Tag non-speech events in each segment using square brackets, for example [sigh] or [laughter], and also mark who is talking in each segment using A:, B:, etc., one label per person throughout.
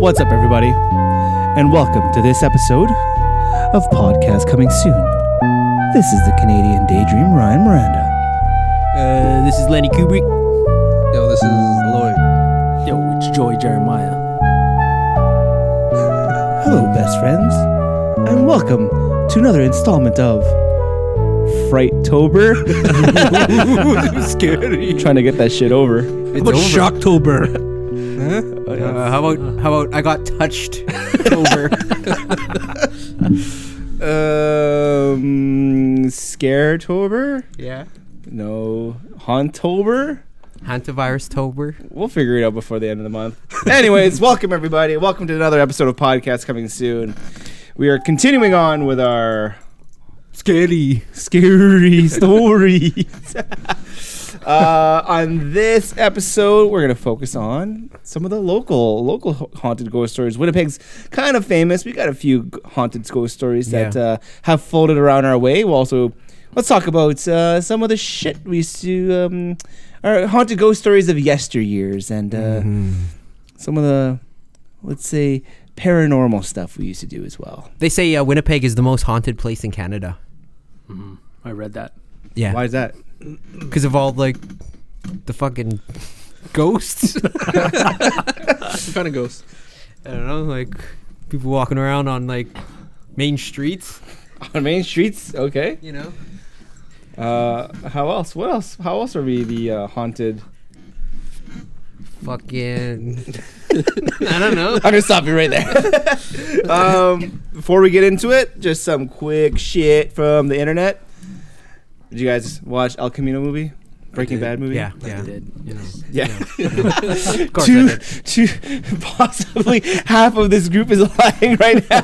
A: What's up, everybody? And welcome to this episode of Podcast Coming Soon. This is the Canadian Daydream, Ryan Miranda.
B: Uh, this is Lenny Kubrick.
C: Yo, this is Lloyd.
B: Yo, it's Joy Jeremiah.
A: Hello, best friends, and welcome to another installment of Frighttober.
C: scary.
A: [laughs] Trying to get that shit over.
C: It's
B: What
C: over.
B: Shocktober?
C: Huh? Uh, how about how about I got touched?
B: Over.
A: Um, Scaretober?
C: yeah.
A: No, Hauntober?
C: Hantavirus Tober.
A: We'll figure it out before the end of the month. Anyways, [laughs] welcome everybody. Welcome to another episode of podcast coming soon. We are continuing on with our
C: Scary. [laughs]
A: scary stories. [laughs] uh, on this episode, we're gonna focus on some of the local local ha- haunted ghost stories. Winnipeg's kind of famous. We got a few g- haunted ghost stories that
C: Yeah.
A: uh, have folded around our way. We'll also let's talk about uh, some of the shit we used to um, our haunted ghost stories of yesteryears and uh,
C: Mm-hmm.
A: some of the let's say paranormal stuff we used to do as well.
D: They say uh, Winnipeg is the most haunted place in Canada.
B: Mm-hmm. I read that.
D: Yeah,
A: is that?
D: because of all like the fucking ghosts.
C: What kind of ghost?
D: I don't know, like people walking around on like main streets.
A: [laughs] On main streets, okay.
D: You know,
A: Uh, how else? What else? How else are we the uh, haunted?
D: fucking. I don't know.
A: I'm gonna stop you right [laughs] there. um, before we get into it, just some quick shit from the internet. Did you guys watch El Camino movie? Breaking
C: did.
A: Bad movie?
D: Yeah,
B: I
D: yeah.
B: did.
A: Yeah.
D: Of course I
A: two,
D: did.
A: two, [laughs] possibly half of this group is [laughs] lying right [laughs] now.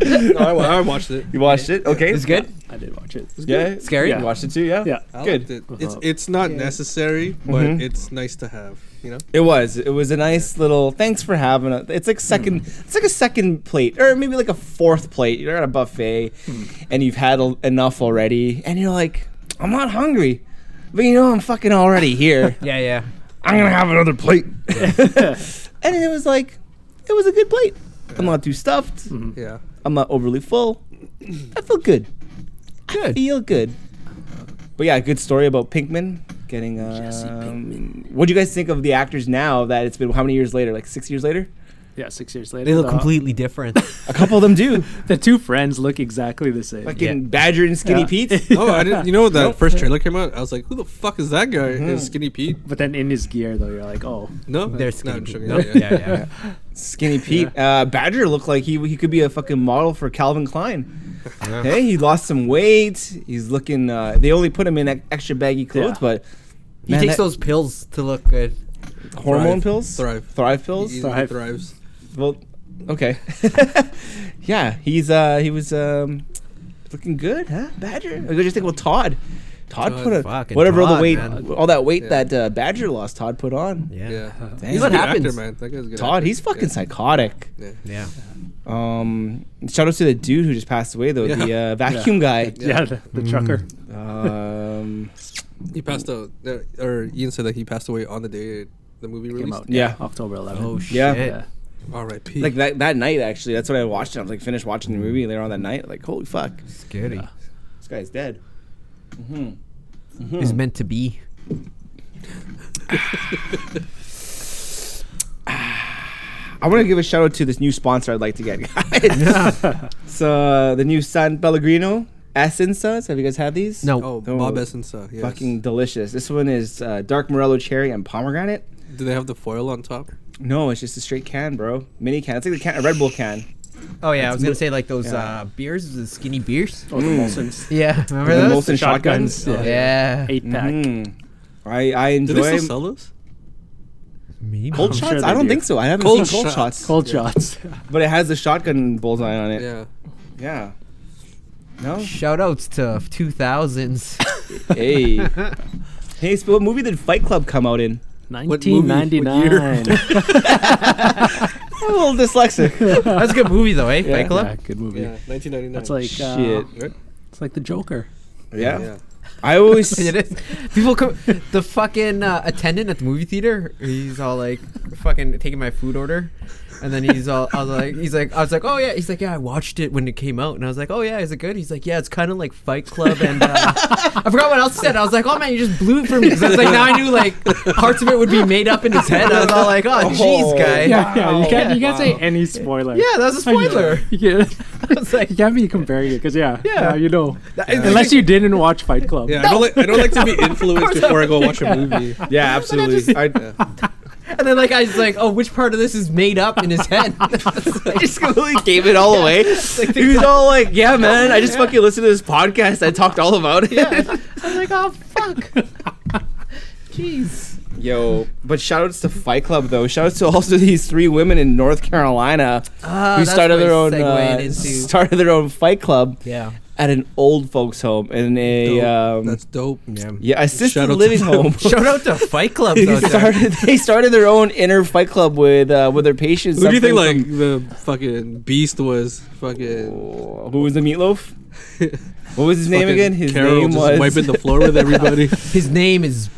C: No, I, wa- I watched it.
A: you watched it? Okay.
D: It's
B: [laughs]
D: good.
B: I did watch it.
A: Yeah.
D: Scary?
A: You watched it too, yeah?
B: Yeah.
C: [laughs] I
A: Good.
C: liked it. Uh-huh. It's it's not necessary, but it's nice to have. You know.
A: It was. It was a nice little. Thanks for having us. It's like second. It's like a second plate, or maybe like a fourth plate. You're at a buffet, and you've had al- enough already, and you're like, I'm not hungry, but you know I'm fucking already here.
D: Yeah, yeah.
A: I'm gonna have another plate. and it was like, it was a good plate. I'm not too stuffed.
C: Yeah.
A: I'm not overly full. I feel good. I
D: Good.
A: feel good. But yeah, good story about Pinkman getting. Um, What do you guys think of the actors now that it's been how many years later? Like six years later?
B: Yeah, six years later.
D: They look
B: the,
D: completely different.
A: A couple of them do.
B: The two friends look exactly the same.
A: Fucking Badger and Skinny
B: Yeah.
C: [laughs]
A: Pete.
C: Oh, I didn't. You know that first trailer came out? I was like, "Who the fuck is that guy?" Is Skinny Pete?
B: but then in his gear, though, you're like, oh,
C: No,
D: They're
C: No,
D: skinny.
C: I'm joking.
D: people.
C: Yeah,
D: yeah,
C: yeah.
D: yeah.
A: [laughs]
D: yeah.
A: Skinny Pete. Uh, Badger looked like he he could be a fucking model for Calvin Klein. Hey, he lost some weight. He's looking. Uh, they only put him in e- extra baggy clothes,
B: Yeah.
A: but
D: He
A: Man,
D: takes
A: that-
D: those pills to look good.
A: hormone
C: Thrive.
A: pills,
C: Thrive.
A: thrive pills.
C: He, he
B: Thrive.
C: thrives.
A: Well, okay. [laughs] yeah, he's uh he was um looking good, huh? Badger. I just think well Todd. Todd,
C: Todd,
A: put a
D: fucking
A: whatever all the
D: Todd,
A: weight,
D: man.
A: all that weight
C: Yeah.
A: that uh, Badger lost. Todd put on.
D: Yeah,
C: Yeah.
D: yeah. [laughs]
A: Dang.
C: He's
D: What
C: a good actor,
D: happens?
C: man. That guy's a good.
A: Todd,
C: actor.
A: he's fucking
C: Yeah.
A: psychotic.
C: Yeah.
A: Um, shout out to the dude who just passed away though, the
C: Yeah.
A: uh, vacuum
B: yeah,
C: Yeah.
B: the, the trucker.
D: Mm-hmm.
A: guy. Um,
C: He passed out. uh, Or Ian said that he passed away on the day the movie
B: Came
C: released.
B: out,
A: Yeah.
B: October 11th.
D: [laughs] Oh shit.
A: Yeah.
B: yeah.
C: R.I.P.
A: [laughs] like that that night actually, that's what I watched. it. I was like finished watching the movie later on that night. Like holy fuck,
D: Scary.
A: this guy's dead. Hmm.
D: It's meant to be.
A: I want to give a shout out to this new sponsor I'd like to get, [laughs] guys. [laughs] so uh, the new San Pellegrino essences. Have you guys had these?
D: No.
C: Oh,
A: Oh,
C: Bob Essence. Uh, yes.
A: Fucking delicious. This one is uh, dark morello cherry and pomegranate.
C: Do they have the foil on top?
A: No, it's just a straight can, bro. Mini can. It's like a, can, a Red Bull can.
D: Oh yeah, I was gonna say like those
A: Yeah.
D: uh, beers, the skinny beers.
B: Oh, the
D: [laughs]
B: Molsons.
D: Yeah, remember
A: The
D: those?
A: Molson shotguns.
B: shotguns. Yeah.
D: Yeah.
B: Eight pack.
A: Mm. I I
C: Do they
A: enjoy
C: still sell those?
D: Maybe.
A: cold
D: [laughs]
B: I'm
A: shots.
B: sure they
A: I don't
B: do.
A: think so. I haven't
C: Cold
A: seen cold
C: shots.
A: shots.
B: Cold shots.
A: But it has the shotgun bullseye on it. Yeah.
C: Yeah.
A: No.
D: Shout outs [laughs] to [laughs] 2000s.
A: [laughs] hey. Hey, so what movie did Fight Club come out in?
B: [laughs] 1999.
D: [laughs]
A: I'm a little dyslexic.
D: That's a good movie though, eh?
A: Yeah.
D: Fight Club?
B: Yeah, good movie.
C: Yeah. 1999.
B: It's like uh,
A: Shit.
C: Right?
B: it's like the Joker.
A: Yeah.
C: Yeah.
E: I
A: [laughs]
E: always
D: It is. People come. The fucking uh, attendant at the movie theater. He's all like, fucking taking my food order, and then he's all. I was like, he's like, I was like, oh yeah. He's like, yeah, I watched it when it came out, and I was like, oh yeah, is it good? He's like, yeah, it's kind of like Fight Club, and [laughs] uh, I forgot what else he said. I was like, oh man, you just blew it for me. 'Cause I was like, now I knew like parts of it would be made up in his head. I was all like, oh jeez, guy. Yeah.
B: yeah, yeah, you can't you can't say any spoiler.
D: that was a spoiler.
B: [laughs] You can't,
D: [laughs] I was like,
B: you can't be comparing it because yeah,
D: Yeah.
B: you know,
D: that-
B: unless you didn't watch Fight Club.
C: Yeah, I don't like I don't like to be influenced before I go watch a movie.
A: Yeah, absolutely. [laughs] I,
D: and then like I was like, oh, which part of this is made up in his head? [laughs]
A: I just completely gave it all away. he was all [laughs] like, [laughs] "Yeah, man, I just fucking listened to this podcast. I talked all about it." [laughs]
D: I was like, oh fuck. Jeez.
A: Yo, but shoutouts to Fight Club though. Shoutouts to also these three women in North Carolina
D: Ah,
A: who
D: that's
A: started
D: what
A: their
D: it's
A: own
D: segueing
A: uh, [laughs]
D: [laughs]
A: started their own Fight Club
D: yeah.
A: at an old folks' home in a
C: Dope.
A: um,
C: That's dope.
D: Yeah.
A: yeah assisted
C: Shout out to-
A: living
C: [laughs]
A: home. [laughs]
D: [laughs] Shout out to Fight Club.
A: they
D: Out there.
A: started they started their own inner Fight Club with uh, with their patients.
C: Who do you think
A: Something
C: like the fucking beast was? Fucking
A: from- who was the meatloaf? What was his name
C: fucking
A: again? His
C: Carol
A: name
C: just
A: was [laughs]
C: wiping the floor with everybody.
D: His name is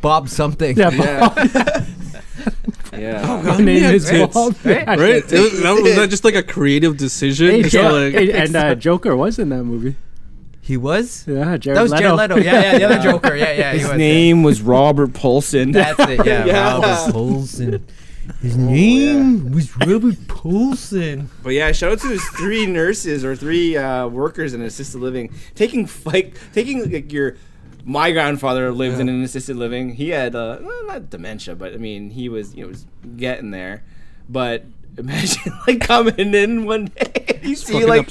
D: Bob something.
B: Yeah, Bob.
A: yeah.
C: [laughs]
B: my name is
C: Yeah,
B: Bob.
C: [laughs] Right? It was, that, was that just like a cretive decision?
B: Hey,
C: It's
B: yeah,
C: all like,
B: and- and uh, Joker was in
C: [laughs]
B: that movie.
D: [laughs] He was.
B: Yeah, Jared
D: that was Jared Leto. Yeah, yeah,
A: [laughs]
D: the other Joker. Yeah, yeah. he
A: His
D: was, yeah.
A: name was Robert Paulson.
D: That's it.
A: [laughs]
D: Yeah,
A: Yeah.
D: Robert Paulson. His name was Robert
A: [laughs]
D: Paulson.
A: But yeah, shout out to those [laughs] three nurses or three uh, workers in assisted living taking fight, taking like your. My grandfather lived in an assisted living. He had uh, well, not dementia, but I mean he was you know was getting there. But imagine [laughs] like coming in one day, you see
C: fucking
A: like
C: up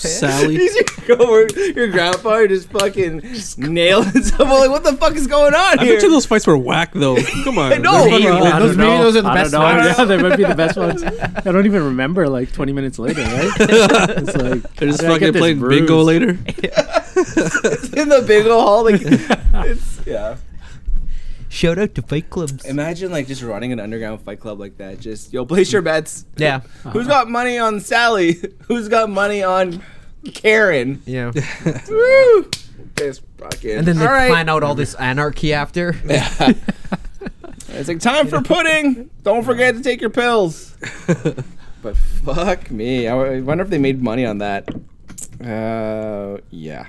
A: [laughs]
C: Sally.
A: you see your, your grandfather just fucking nailing [laughs] someone. Like what the fuck is going on
C: I
A: here? [laughs]
C: bet you those fights were whack though. Come on.
A: I know, but
B: [laughs]
C: They're fucking-
A: you-
B: I
A: Those-
B: don't
A: maybe
B: know.
A: those are the
B: I
A: best
B: don't know.
A: ones.
B: Yeah, they might be the best ones. I don't even remember. Like twenty minutes later, right? It's like
C: They're just
B: how did I get
C: fucking
B: this
C: playing
B: bruise?
C: bingo later. [laughs]
A: in the big old hall. [laughs] Like it's yeah.
D: Shout out to Fight Clubs.
A: Imagine like just running an underground fight club like that. Just yo, place your bets.
D: Yeah.
A: Who's got money on Sally? [laughs] Who's got money on Karen?
D: Yeah.
A: Woo! This fucking.
D: [laughs] And then they
A: All right.
D: plan out all this anarchy after.
A: [laughs] Yeah. it's like time for pudding. Don't forget to take your pills. but fuck me, I w- I wonder if they made money on that. Uh, yeah.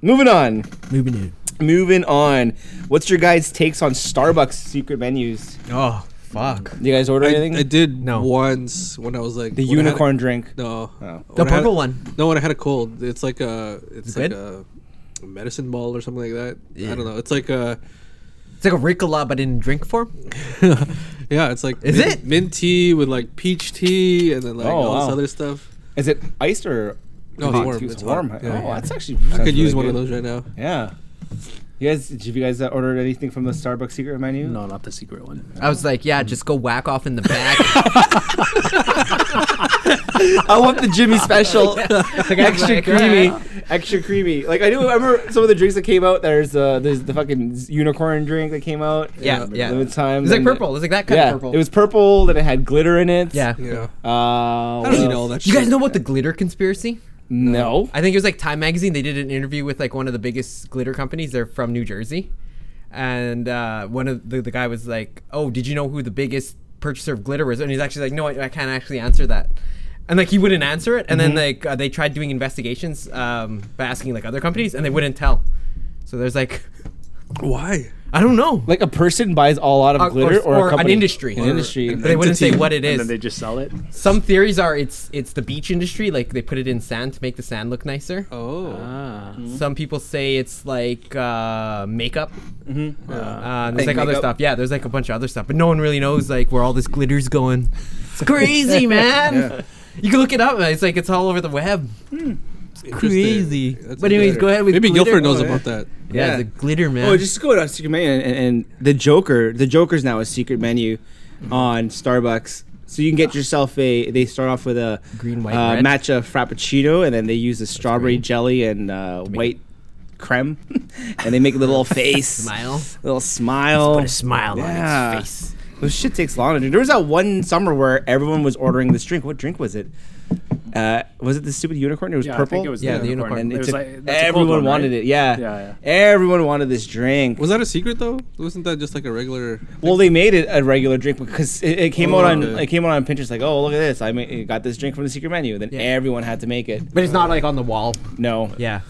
A: Moving on.
D: Moving in.
A: Moving on. What's your guys' takes on Starbucks secret menus?
D: Oh fuck.
A: Do you guys order anything?
C: I, I did
D: No.
C: once when I was like
A: the
C: when I had a-
A: unicorn drink.
C: no.
A: Oh.
D: The
C: When I had-
D: purple one.
C: No, when I had a cold, it's like a it's
D: Bed?
C: like a medicine ball or something like that.
D: Yeah.
C: I don't know. It's
D: [laughs]
C: like a
D: It's like a Ricola, but in drink form.
C: yeah. It's like
D: Is
C: mint,
D: it?
C: mint tea with like peach tea and then like
A: Oh,
C: all this
A: wow.
C: other stuff.
A: Is it iced or?
C: No, it's warm.
A: It's
C: It's
A: warm.
C: hot.
A: Oh,
C: Yeah.
A: that's actually.
C: I could use one of those right now.
A: Yeah. You guys, did you guys uh, ordered anything from the Starbucks secret menu?
B: No, not the secret one.
D: I was like, yeah, just go whack off in the back.
A: I want the Jimmy [laughs] special,
D: [laughs] [laughs] Like, I was
A: extra
D: like,
A: creamy,
D: alright.
A: extra creamy. Like I do I remember some of the drinks that came out. There's uh, there's the fucking unicorn drink that came out.
D: Yeah, yeah.
A: The time.
D: It's like
A: and-
D: purple. It's like that kind
A: yeah,
D: of purple.
A: it was purple. Then it had glitter in it.
D: Yeah.
C: Yeah.
A: Uh,
C: I don't need all that.
D: You
C: shit.
D: guys know about the glitter conspiracy?
A: No.
D: I think it was like Time Magazine. They did an interview with like one of the biggest glitter companies. They're from New Jersey, and uh, one of the, the guy was like, "Oh, did you know who the biggest purchaser of glitter was?" And he's actually like, "No, I, I can't actually answer that." And like he wouldn't answer it. And then
A: Mm-hmm.
D: like uh, they tried doing investigations um, by asking like other companies, and they wouldn't tell. So there's like,
C: why?
D: I don't know.
A: Like a person buys a lot of
D: Uh, Or- or-
A: glitter, or, a
D: or an
A: company-
D: industry.
A: an
D: Or-
A: industry.
D: they wouldn't say
C: entity.
D: what it
B: And
D: is.
B: then they just sell it.
D: Some theories are it's it's the beach industry, like they put it in sand to make the sand look nicer.
C: Oh,
B: Ah,
D: Some people say it's like uh, makeup.
A: Mm-hmm.
D: Uh,
A: Fake
D: there's like other
A: makeup.
D: stuff. Yeah, there's like a bunch of other stuff, but no one really knows like where all this glitter's going.
A: [laughs]
D: It's crazy, man. You can look it up. man. It's like it's all over the web.
C: interesting.
D: Crazy.
C: That's
D: but anyways,
C: better.
D: go ahead with
C: Maybe
D: glitter.
C: Guilford knows
A: Oh, yeah.
C: about that.
D: Yeah,
A: Yeah.
D: the glitter man.
A: Oh, just go to Secret Menu and, and, and the Joker. The Joker's now a secret menu
D: Mm-hmm.
A: on Starbucks. So you can get yourself a. They start off with a
D: green, white,
A: uh,
D: red.
A: matcha frappuccino, and then they use the strawberry
D: green.
A: jelly and uh, white creme, [laughs] and they make a little face,
D: [laughs] smile.
A: little smile.
D: Put a smile on
A: Yeah.
D: its face.
A: This shit takes long to do. There was that one summer where everyone was ordering this drink. What drink was it? Uh, was it the stupid unicorn? It was
B: Yeah, I
A: purple.
B: think it was
D: Yeah,
B: the
D: the
B: unicorn.
D: unicorn.
A: and
B: It
A: it
B: was
A: took-
B: like- that's a cold
A: everyone
B: one, right?
A: wanted it. Yeah.
B: Yeah, yeah.
A: everyone wanted this drink.
C: Was that a secret though? Wasn't that just like a regular?
A: well, they made it a regular drink because it, it came
C: Oh,
A: out on
C: okay.
A: it came out on Pinterest like, oh look at this, I ma- got this drink from the secret menu. Then
D: Yeah.
A: everyone had to make
D: [laughs]
A: it.
D: But it's not like on the wall.
A: No,
D: Yeah,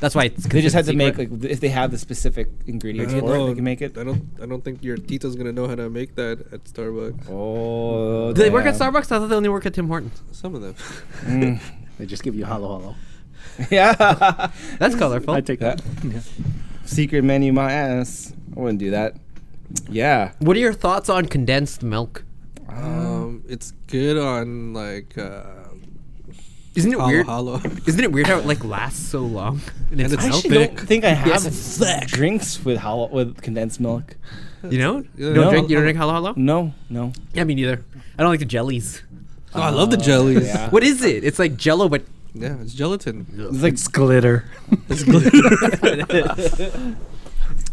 D: that's why it's
A: they just had to
D: considered
A: make
D: secret.
A: like if they have the specific ingredients for it, they can make it.
C: I don't. I don't think your tito's gonna know how to make that at Starbucks.
A: Oh,
D: Do they work at
A: damn.
D: Starbucks? I thought they only work at Tim Hortons.
C: Some of them.
A: Mm. [laughs]
B: They just give you hollow hollow.
A: yeah, [laughs]
D: That's colorful.
B: [laughs] I take that. Yeah.
A: secret menu, my ass. I wouldn't do that. Yeah,
D: What are your thoughts on condensed milk?
C: um,
D: Mm.
C: it's good on like. Uh,
D: Isn't it
C: Hollow,
D: weird? [laughs]
C: hollow.
D: Isn't it weird how it like lasts so long? [laughs] And it's,
C: it's
A: I
C: How
A: actually don't
C: thick?
A: think I have
D: Yes, it's thick.
A: drinks with hol- with condensed milk.
D: you know,
C: Yeah.
D: you don't
A: No.
D: drink. You don't drink halo halo.
B: Mm.
A: No, no.
D: Yeah, me neither. I don't like the jellies.
C: Oh, I love the jellies.
A: yeah.
C: Yeah,
D: What is it? It's like Jello, but
C: it's gelatin.
A: It's like
B: It's glitter. [laughs]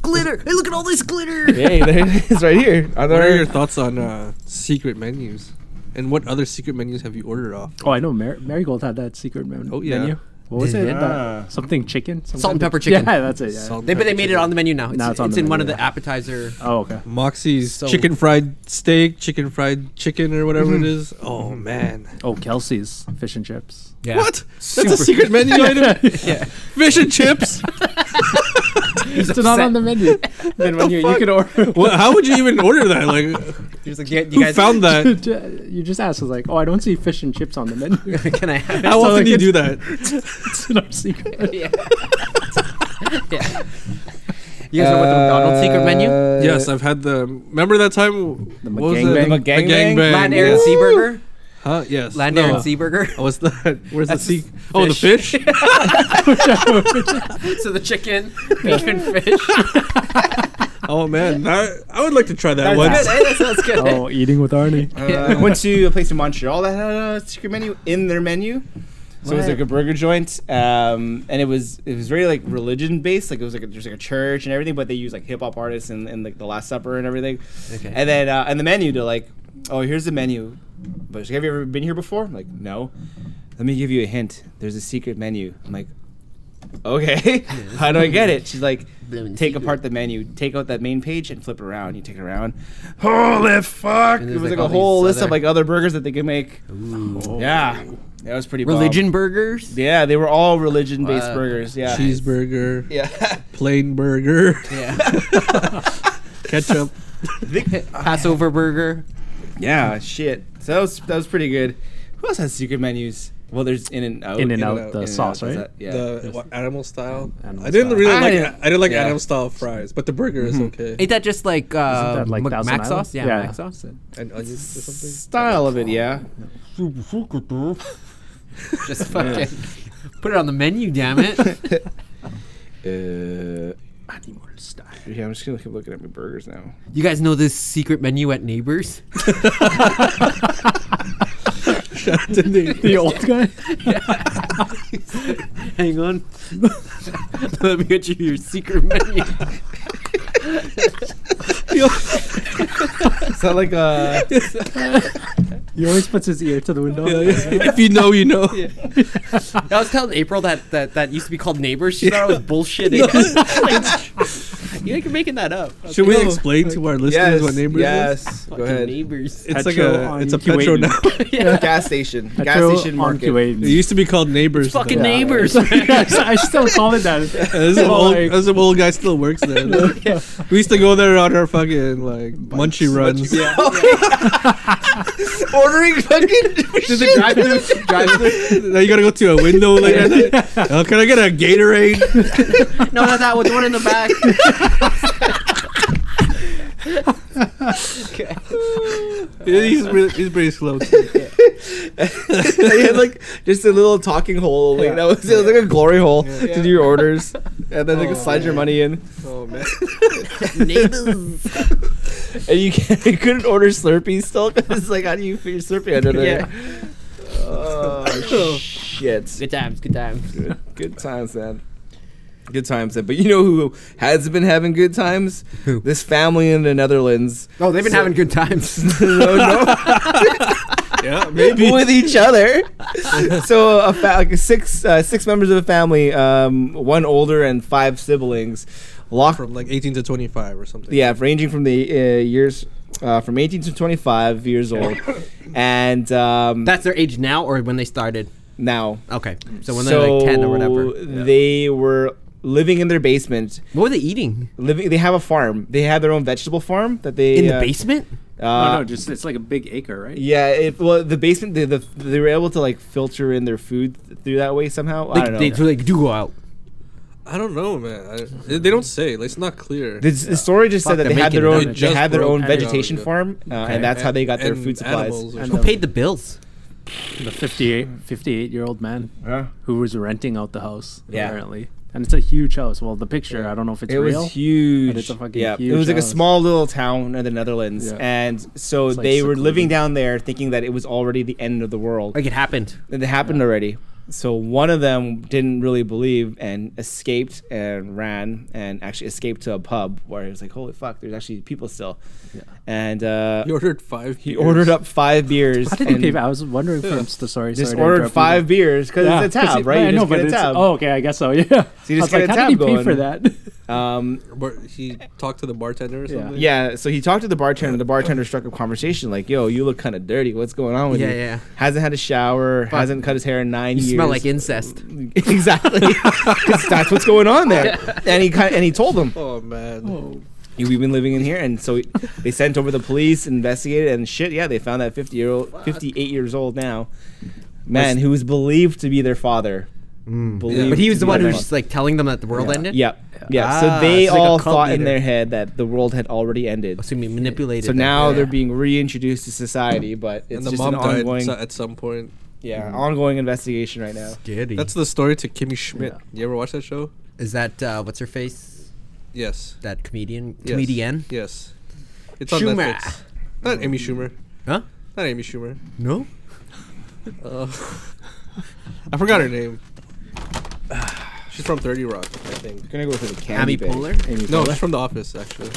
D: glitter. Hey, look at all this glitter.
A: hey, there it is right here. Are
C: What are
A: there-
C: your thoughts on uh, secret menus? And what other secret menus have you ordered off?
B: Oh, I know. Mar- Marigold had that secret menu.
C: Oh, yeah.
B: menu. What was it?
A: Yeah.
B: That- something chicken. Some
D: Salt and
B: kind
D: pepper
B: of-
D: chicken.
B: Yeah, that's it. Yeah.
C: Salt and
D: They, but they made it on the menu now. It's,
B: Now
D: it's,
B: it's on the
D: in one of
B: menu,
D: the
B: yeah.
D: appetizer.
B: Oh, okay.
C: Moxie's
D: So-
C: chicken fried steak, chicken fried chicken, or whatever it
D: Mm-hmm.
C: is. Oh man,
B: Oh, Kelsey's fish and chips.
D: Yeah.
C: what? That's a
D: [laughs]
C: secret menu
B: [laughs]
C: item.
D: Yeah.
C: Fish
D: [laughs]
C: and chips.
B: It's not on the menu. [laughs] then when you, you could order.
C: What, how would you even order that? Like,
D: He's like, "Yeah, you
C: who
D: guys
B: [laughs]
C: found that?
B: you just asked. I was like, oh, I don't see fish and chips on the
D: [laughs]
B: menu. [laughs]
D: Can I have it?
C: How
B: So,
C: often
B: like,
C: do you
B: it's-
C: do that?
B: it's in our
D: [laughs]
B: secret. menu.
D: yeah. yeah. Uh, You guys know what the McDonald's secret
A: Uh,
D: menu?
C: yes, I've had the. Remember that time?
B: The
C: what was
B: McGangbang?
C: it?
A: The McGangbang?
C: McGangbang,
D: Land Aaron
C: yes.
D: Seaburger.
C: Huh? Yes.
D: Land
C: No.
D: Aaron Seaburger. [laughs]
C: Oh, [laughs] What's that? Where's the
D: That's the
C: sea? Oh, the
D: fish.
C: fish.
D: so the [laughs] chicken, beef and fish.
C: oh man, that, I would like to try that one.
D: That's good. eh? That
B: [laughs]
D: sounds good. eh?
B: [laughs] Oh, eating with Arnie.
A: Uh, I went to a place in Montreal that had a secret menu in their menu. So it was
D: What?
A: like a burger joint, um, and it was it was very like religion based. Like it was like a, there's like a church and everything, but they used like hip hop artists and, and like the Last Supper and everything.
D: Okay.
A: And then uh, and the menu, they're like, oh, here's the menu. But she's like, have you ever been here before? I'm like, no. Let me give you a hint. There's a secret menu. I'm like, okay. [laughs] How do I get it? She's like,
D: Blooming
A: take
D: secret.
A: apart the menu, take out that main page, and flip it around. You take it around. Holy fuck!
D: And
A: It
D: there's,
A: was like,
D: like,
A: a
D: all
A: whole
D: these
A: list of
D: other-
A: like other burgers that they could make. Yeah, that was pretty. bomb.
D: [laughs] Religion burgers.
A: Yeah, they were all religion-based
D: Wow.
A: burgers. Yeah.
C: Cheeseburger,
A: [laughs] Yeah.
C: plain burger, [laughs]
D: Yeah.
C: ketchup.
D: [laughs] Passover burger.
A: yeah. Shit. So that was that was pretty good. Who else has secret menus? Well, there's In and Out.
B: In and
C: In-N-Out,
B: out the
A: In-N-Out
B: sauce,
A: does
B: right?
A: that- Yeah.
C: The what, animal style.
B: Animal
C: I didn't
B: style. Mm-hmm.
C: really
A: I
C: like.
A: didn't-
C: I didn't like
A: yeah.
C: animal style fries, but the burger is okay.
D: Ain't that just like uh,
B: Isn't that like
D: Mc-
B: Thousand
D: mac
B: Island?
D: sauce? Yeah,
B: Yeah.
D: mac [laughs] sauce.
C: and onions
A: [laughs]
C: or something.
A: style of it. Yeah.
D: Just fucking put it on the menu, damn it.
A: Uh,
B: Animal
C: [laughs]
B: style.
A: yeah, I'm just gonna keep looking at my burgers now.
D: [laughs] you guys know this secret menu at [laughs] Neighbors?
C: Shout out to Nate.
B: The old guy.
A: [laughs]
D: Hang on. Let me get you your secret menu.
A: Is that like uh, a?
B: He always puts his ear to the window.
C: Yeah, [laughs] yeah. if you know, you know.
D: [laughs] I was telling April that that, that used to be called Neighbors. She thought I was
A: [laughs]
D: bullshitting. [laughs] you ain't making that up.
C: Should we explain to our
A: yes.
C: listeners what neighbors is?
A: yes. Go
D: Fucking
A: ahead. [laughs]
D: Neighbors. [laughs]
C: It's like
B: Petro
C: a
B: on
C: it's a
B: Kuwait.
C: Petro now. [laughs]
A: Gas station.
B: I
A: Gas
B: throw
A: station
B: on
A: market.
B: Kuwait.
C: It used to be called neighbors.
D: Fucking
C: though.
D: Neighbors.
B: Yes, [laughs] I still call it that.
C: Yeah,
A: [laughs]
C: This is an
B: Oh,
C: old,
B: like-
C: this is an old guy still works there. though. We used to go there on our fucking like munchy
A: [laughs]
C: runs. [laughs]
A: Ordering fucking.
D: the drive-thru.
C: now you gotta go to a window
A: [laughs]
C: later. at night. Uh, can I get a Gatorade?
D: No, not that one. The one in the
A: [laughs]
D: back.
C: Yeah,
A: [laughs]
C: he's really, he's pretty slow. Too.
A: they had like just a little talking hole. Like,
B: Yeah.
A: that was, it was like a glory hole
C: Yeah.
A: to do your orders, and then they
C: Oh,
A: could slide your
C: man.
A: money in.
C: Oh man.
D: [laughs] Neighbors.
A: And you, can, [laughs] you couldn't order Slurpees still because like how do you fit your Slurpee under there?
C: [laughs]
A: Oh shit!
D: Good times. Good times.
A: Good, good times, man. Good times, then. But you know who has been having good times?
D: Who?
A: This family in the
C: [laughs]
A: Netherlands.
D: Oh, they've been having good times.
A: no, no,
C: Yeah, [laughs] maybe. [laughs]
A: with each other. so a fa- like six uh, six members of the family, um, one older and five siblings, locked
C: from like 18 to 25 or something.
A: yeah, ranging from the uh, years uh, from 18 to 25 years old, and um,
D: That's their age now or when they started?
A: now.
D: Okay. So when they're like 10 or whatever.
A: They were living in their basement.
D: What were they eating?
A: Living, they have a farm. They have their own vegetable farm that they
D: In the
A: uh,
D: basement?
A: Uh,
B: oh, no, just it's like a big acre, right?
A: Yeah, it, well, the basement, they, the, they were able to like filter in their food through that way somehow. I
D: Like,
A: don't know.
D: They, so they do go out.
C: I don't know, man. I, they, they don't say. Like, it's not clear.
A: the, the story just
D: Fuck,
A: said that
D: they're
A: they had their
D: making
A: own
C: them. They
A: they had
C: just
A: their
C: broke
A: own
C: it out.
A: vegetation farm, uh,
D: Okay.
A: and that's how they got their
C: And
A: food supplies.
C: animals or
B: And
D: Who
C: something.
D: paid the bills?
B: The 58, 58 year old man
A: Huh?
B: who was renting out the house,
A: Yeah.
B: apparently. And it's a huge house. Well, the picture, I don't know if it's
A: It
B: real.
A: was huge.
B: But it's a fucking
A: yeah, it
B: huge
A: was like a
B: house.
A: small little town in the Netherlands,
B: Yeah.
A: and so
B: It's, like,
A: they were living
B: secluded.
A: down there, thinking that it was already the end of the world.
D: Like it happened.
A: it happened already. So one of them didn't really believe and escaped and ran and actually escaped to a pub where he was like, "Holy fuck, there's actually people still."
B: Yeah.
A: And uh,
C: He ordered five.
A: he ordered up five beers.
B: How did he
A: and
B: pay? I was wondering for
C: Yeah.
B: him to sorry.
A: Just
B: sorry to
A: ordered
B: interrupt you,
A: five beers because
B: but-
A: it's a
B: Yeah, 'cause
A: tab,
B: it-
A: right?
B: I
A: You
B: know,
A: just
B: but
A: get a
B: it's-
A: tab.
B: Oh, okay, I guess so. Yeah. So
A: you just
B: I was
A: get
B: like,
A: a
B: how did
A: tab
B: he pay for
A: going.
B: that?
A: Um,
C: Bar- he talked to the bartender or
B: Yeah.
C: something.
A: yeah, so he talked to the bartender, and the bartender struck up conversation like, "Yo, you look kind of dirty. What's going on with
D: Yeah,
A: you?"
D: yeah.
A: Hasn't had a shower.
D: Fuck.
A: Hasn't cut his hair in nine
D: You
A: years.
D: smell like incest. [laughs]
A: exactly. [laughs] 'Cause that's what's going on there. And he kind and he told them,
C: Oh man.
A: "We've been living in here." And so they sent over the police, investigated, and shit. Yeah, they found that fifty year old, fifty eight years old now, man, who was believed to be their father. Believed
D: But he
A: to
D: was the
A: be their
D: one who
A: father.
D: was just like telling them that the world
B: Yeah.
D: ended?
A: Yeah, yeah.
D: Ah,
A: so they
D: it's like a
A: all
D: cult
A: thought in
D: leader.
A: their head that the world had already ended.
D: Assuming Oh, he manipulated.
A: So
D: them.
A: now
D: Yeah.
A: they're being reintroduced to society, but it's
C: and the
A: just
C: mom
A: an
C: died
A: ongoing,
C: so- at some point.
A: yeah, ongoing investigation right now.
D: Scary.
C: That's
D: That's
C: the story to Kimmy Schmidt.
B: Yeah.
C: You ever watch that show?
D: is that uh, what's her face?
C: Yes.
D: That comedian,
C: Yes.
D: comedian.
C: Yes. It's on
D: Schumer.
C: Netflix. Not Amy Schumer.
D: Huh?
C: Not Amy Schumer.
D: No.
C: Uh, I forgot her name. [sighs] She's from 30 Rock, I think.
A: We're gonna go for the candy
D: Amy
A: bag.
D: Poehler.
A: Amy
C: No,
A: Poehler?
C: she's from The Office, actually.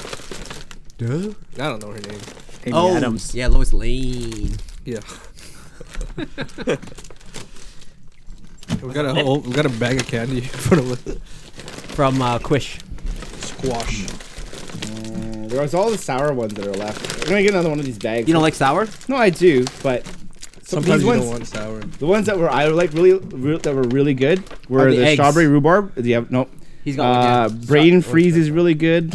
D: Duh.
C: I don't know her name.
B: Amy
D: Oh,
B: Adams.
D: yeah, Lois Lane.
C: Yeah. [laughs] we got a whole, we got a bag of candy [laughs] in front of us.
D: from uh, Quish.
C: Squash.
A: Mm, There's all the sour ones that are left. I'm gonna get another one of these bags.
D: You don't like sour?
A: no, I do, but some of these
C: Sometimes you
A: ones,
C: don't want sour.
A: the ones that were I like really, re- that were really good were
D: the
A: the,
D: eggs.
A: strawberry rhubarb. Do you have no?
D: He's
A: Uh, brain freeze is really good.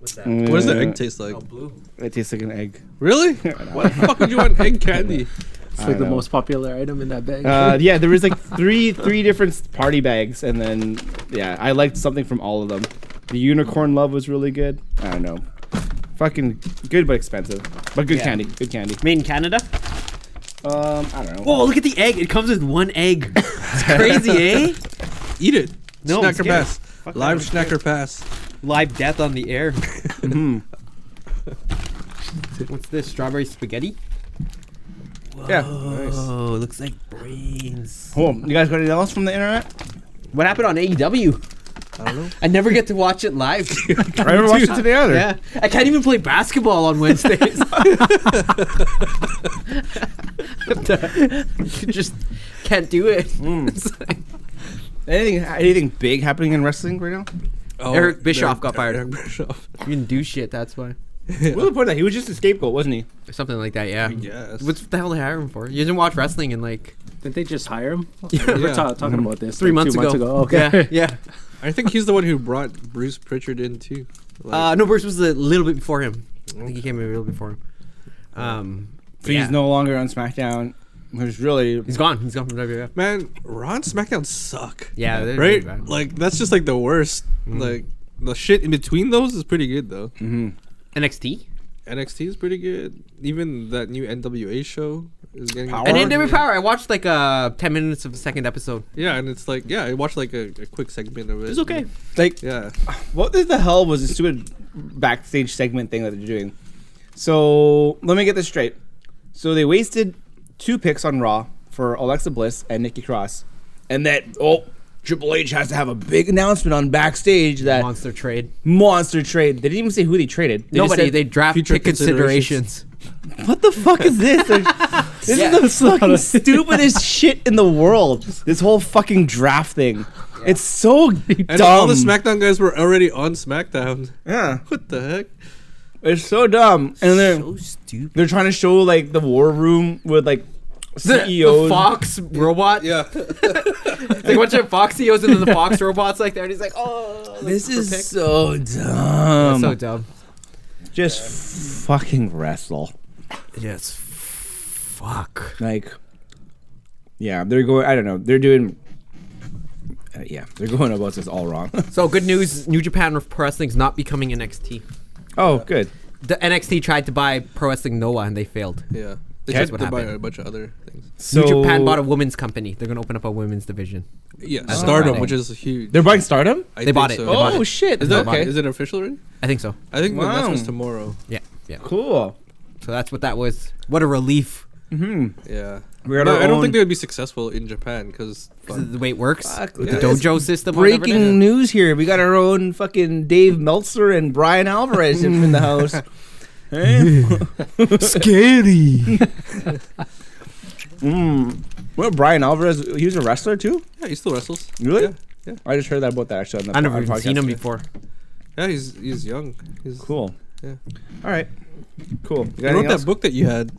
D: What's that?
A: Mm,
C: What does the egg taste like?
D: Oh, blue.
A: It tastes like an egg.
C: Really? Why the fuck would you want egg candy?
B: It's
A: I
B: like the
A: know.
B: most popular item in that bag.
A: Uh,
B: [laughs]
A: yeah, there was like three three different s- party bags, and then yeah, I liked something from all of them. The unicorn love was really good. I don't know, fucking good but expensive, but good
D: Yeah.
A: candy, good candy.
D: Made in Canada.
A: Um, I don't know.
D: Whoa, look at the egg. It comes with one egg.
A: [laughs]
D: it's crazy, eh?
C: Eat it.
D: No, I'm
C: snacker
D: scared.
C: pass.
A: that,
C: Live
A: I'm
C: snacker pass.
D: Live death on the air.
B: Mm-hmm.
D: [laughs] What's this? Strawberry spaghetti?
A: Yeah.
D: Oh, looks like brains.
A: Cool. You guys got anything else from the internet?
D: What happened on AEW?
C: I don't know.
D: I never get to watch it
B: [laughs]
D: live.
A: [laughs] I ever watched it today either.
D: yeah, I can't even play basketball on Wednesdays. [laughs] just can't do it. [laughs]
B: Mm.
D: It's like-
A: Anything anything big happening in wrestling right now?
C: Oh,
D: Eric Bischoff got fired. [laughs]
C: Eric Bischoff.
D: You didn't do shit. That's why.
A: Well, the point that he was just a scapegoat, wasn't he?
D: Something like that. Yeah.
C: Yes.
D: What's the hell they hire him for? You didn't watch wrestling in like
B: Didn't they just hire him?
D: Yeah.
B: We
C: Yeah.
B: were ta- talking about this
D: three months,
B: like, two
D: ago.
A: [laughs]
B: Okay. [laughs]
D: Yeah.
C: I think he's the one who brought Bruce Pritchard in too.
D: yeah. Uh, no, Bruce was a little bit before him. I think he came in a little before him. Um,
A: So
D: yeah.
A: he's no longer on SmackDown. There's really
D: He's gone. He's gone from WWF.
C: man, Raw and SmackDown suck.
D: Yeah, they're
C: right.
D: really bad.
C: Like that's just like the worst.
D: Mm.
C: Like the shit in between those is pretty good though.
D: NXT.
C: NXT is pretty good. Even that new NWA show is getting
A: Power?
D: And
A: Or-
D: in
C: Yeah.
D: WWE Power, I watched like uh ten minutes of the second episode.
C: Yeah, and it's like yeah, I watched like a, a quick segment of it.
D: It was okay.
A: like
D: [laughs]
C: Yeah,
A: What the hell was this stupid backstage segment thing that they're doing? So let me get this straight. So they wasted two picks on Raw for Alexa Bliss and Nikki Cross, and that oh Triple H has to have a big announcement on backstage that monster,
D: Monster trade.
A: trade. They didn't even say who they traded. They just [laughs]
D: Nobody.
A: said,
D: they draft
C: future
D: pick considerations.
A: what the fuck is this? They're
E: This
A: Yeah.
E: is the fucking stupidest shit in the world. This whole fucking draft thing. It's so
C: And
E: dumb.
C: all the SmackDown guys were already on SmackDown. [laughs]
A: Yeah,
C: What the heck?
A: it's so dumb. And they're
D: so stupid.
A: they're trying to show like the war room with like
D: The,
E: E
A: CEOs.
D: the Fox robot.
C: Yeah.
D: It's like a bunch of Fox CEOs and then the Fox robots like there, and he's like, oh, like,
E: this
D: for
E: is
D: pick.
E: so dumb.
D: That's so dumb.
E: Just fucking wrestle.
D: Yes. Fuck.
E: Like, yeah, they're going. I don't know. They're doing. Uh, yeah, they're going about this all wrong. [laughs]
D: So good news: New Japan Pro Wrestling's not becoming NXT.
E: oh, good.
D: The NXT tried to buy Pro Wrestling Noah and they failed.
C: Yeah. They
D: That's
C: tried
D: what
C: to buy
D: happened.
C: a bunch of other things.
E: So
D: New Japan bought a women's company. They're gonna open up a women's division.
C: Yeah.
D: That's
C: Stardom,
D: surprising.
C: which is huge.
E: They're buying Stardom.
C: I
D: They
C: think
D: bought it.
C: so.
D: They bought
E: Oh shit!
C: Is
D: They
C: that
D: bought
C: okay?
D: it.
C: Is it official already?
D: I think so.
C: I think the
A: Wow.
C: announcement tomorrow.
D: Yeah, yeah.
E: Cool.
D: So that's what that was. What a relief!
C: Yeah.
E: Mm-hmm. We got
C: No,
E: our
C: I don't
E: own-
C: think they would be successful in Japan because
D: 'Cause of the way it works
A: Uh,
D: with
C: yeah.
D: the dojo system. or whatever it is.
E: Breaking news here. We got our own fucking Dave Meltzer and Brian Alvarez in in the [laughs] house. Eh?
B: Scary.
E: [laughs] Mm. Well, Brian Alvarez, he was a wrestler too.
C: yeah, he still wrestles.
E: Really?
C: Yeah, yeah.
E: I just heard that about that actually. On the
D: I never
E: on
D: even
E: podcast
D: seen him
E: today.
D: before.
C: Yeah, he's he's young. He's
E: Cool.
C: Yeah.
E: All right. Cool. You got
C: I
E: anything
C: wrote that
E: else?
C: book that you had.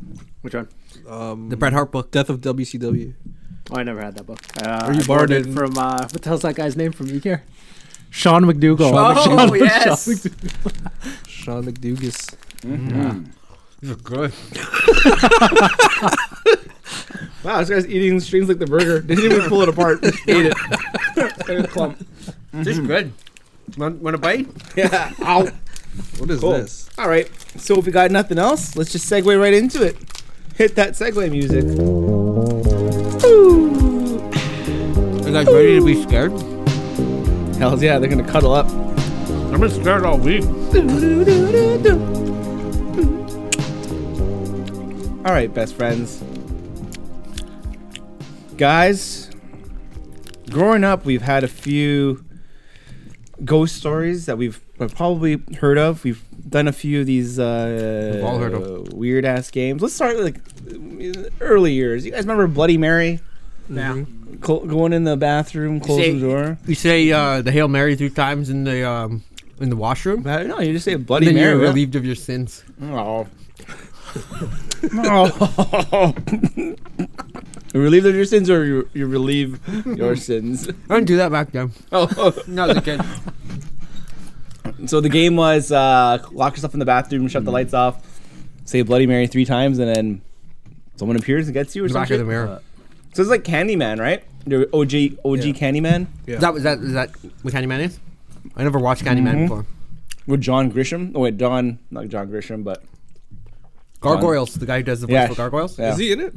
B: Which one?
C: Um,
D: The Bret Hart book.
C: Death of WCW.
B: Oh, I never had that book. Uh,
C: Or you
B: I borrowed
C: borrowed
B: it
C: it.
B: from uh, [laughs] what the hell's that guy's name from you care? Sean McDougal.
D: Sean Oh, McDougall. yes.
B: Sean McDougall.
C: Sean McDougas.
D: Mhm. Good.
A: [laughs] Wow, this guy's eating strings like the burger. Didn't even pull it
D: [laughs]
A: apart. Just ate it. Like a clump. Mhm.
D: Just good. Want, want a bite?
A: [laughs] Yeah. Ow.
C: What is
A: Cool.
C: this?
A: All right. So if we got nothing else, let's just segue right into it. Hit that segue music. Ooh.
D: Are you guys ready to be scared?
A: Hells yeah, they're gonna cuddle up.
B: I've been scared all week.
A: All right, best friends. Guys, growing up, we've had a few ghost stories that we've we've probably heard of. We've done a few of these uh,
D: We've all heard of.
A: weird ass games. Let's start with like early years. You guys remember Bloody Mary?
D: Yeah.
A: Cl- going in the bathroom, closing the door.
D: Mm-hmm. You say uh, the Hail Mary three times in the um, in the washroom.
A: But, no, you just say
D: And
A: Bloody
D: then
A: Mary.
D: you're
A: yeah.
D: relieved of your sins.
A: [laughs] Oh. oh. [laughs] you relieve of your sins or you, you relieve your sins?
D: I didn't do that back then.
A: [laughs] Oh.
D: No, I was a [laughs] kid.
A: So the game was uh, lock yourself in the bathroom, shut the lights off, say Bloody Mary three times, and then someone appears and gets you or
D: back
A: something.
D: of the mirror.
A: So it's like Candyman, right? Your OG, OG
C: Yeah.
A: Candyman
C: Yeah.
D: That was that. Is that what Candyman is? I never watched Candyman
A: Mhm.
D: before.
A: with John Grisham. Oh, wait, Don, not John Grisham, but
D: Gargoyles, the guy who does the voice
A: Yeah.
D: for Gargoyles.
A: Yeah.
C: Is he in it?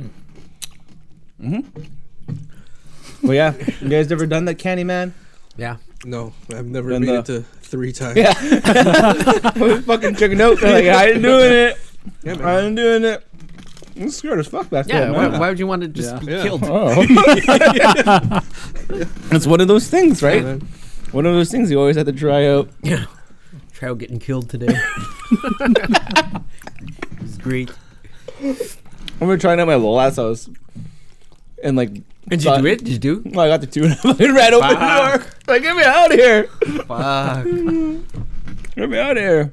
A: but yeah, you guys ever done that Candyman?
D: Yeah.
C: No, I've never
A: Then
C: made
A: the-
C: it to three times.
A: [laughs] Yeah. [laughs] fucking checking out. Like, I ain't doing it.
C: Yeah, man.
A: I ain't doing it. I'm scared as fuck back
D: Yeah.
A: then.
D: why,
A: man.
D: why would you want to just
B: Yeah.
D: be
C: Yeah.
D: killed?
A: Oh. [laughs] it's one of those things,
C: Yeah,
A: right?
C: man.
A: One of those things you always have to try out.
D: Yeah. Try out getting killed today. it's great.
A: I remember trying out my Lola's house. And like,
D: Did you
A: But-
D: do it? Did you do?
A: well, I got the two and I ran open the [laughs] door. Like, get me out of here.
D: Fuck.
A: Get me out of here.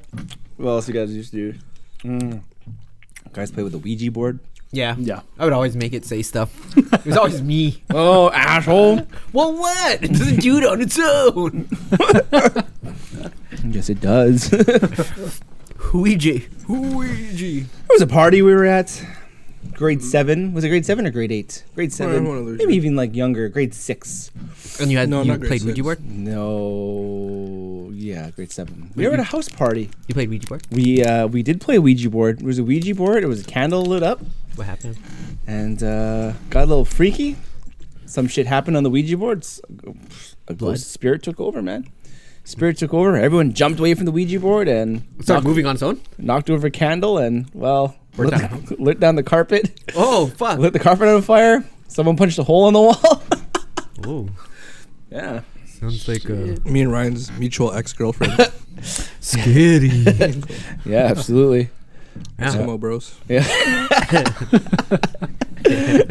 A: What else you guys used to do? Mm. Guys play with the Ouija board.
D: Yeah.
B: [laughs] Yeah.
D: I would always make it say stuff. It was always me.
A: Oh, [laughs] asshole.
D: Well, what? It doesn't do it on its own.
A: yes, it does. it
D: Ouija. Ouija.
A: was a party we were at. Grade seven. Was it grade seven or grade eight? Grade seven.
C: one of those.
A: Maybe even like younger. Grade six.
D: And you had
C: No,
D: you
C: not grade
D: played Ouija
C: six.
D: board.
A: No. Yeah, grade seven. We were at a house party.
D: You played Ouija board.
A: We uh, we did play Ouija board. It was a Ouija board. It was a candle lit up,
D: What happened?
A: and uh, got a little freaky. Some shit happened on the Ouija boards. A
D: Blood.
A: ghost spirit took over, man. Spirit took over. Everyone jumped away from the Ouija board and
D: It started
A: knocked,
D: moving on its own.
A: knocked over a candle and well
D: Burnt
A: lit,
D: down.
A: [laughs] lit down the carpet.
D: Oh fuck.
A: lit the carpet on fire. Someone punched a hole in the wall.
D: Oh,
A: yeah.
D: sounds like a
C: Me and Ryan's mutual
D: [laughs]
C: ex girlfriend,
D: scary.
A: Yeah, absolutely.
D: yeah.
C: Sumo Bros.
A: Yeah.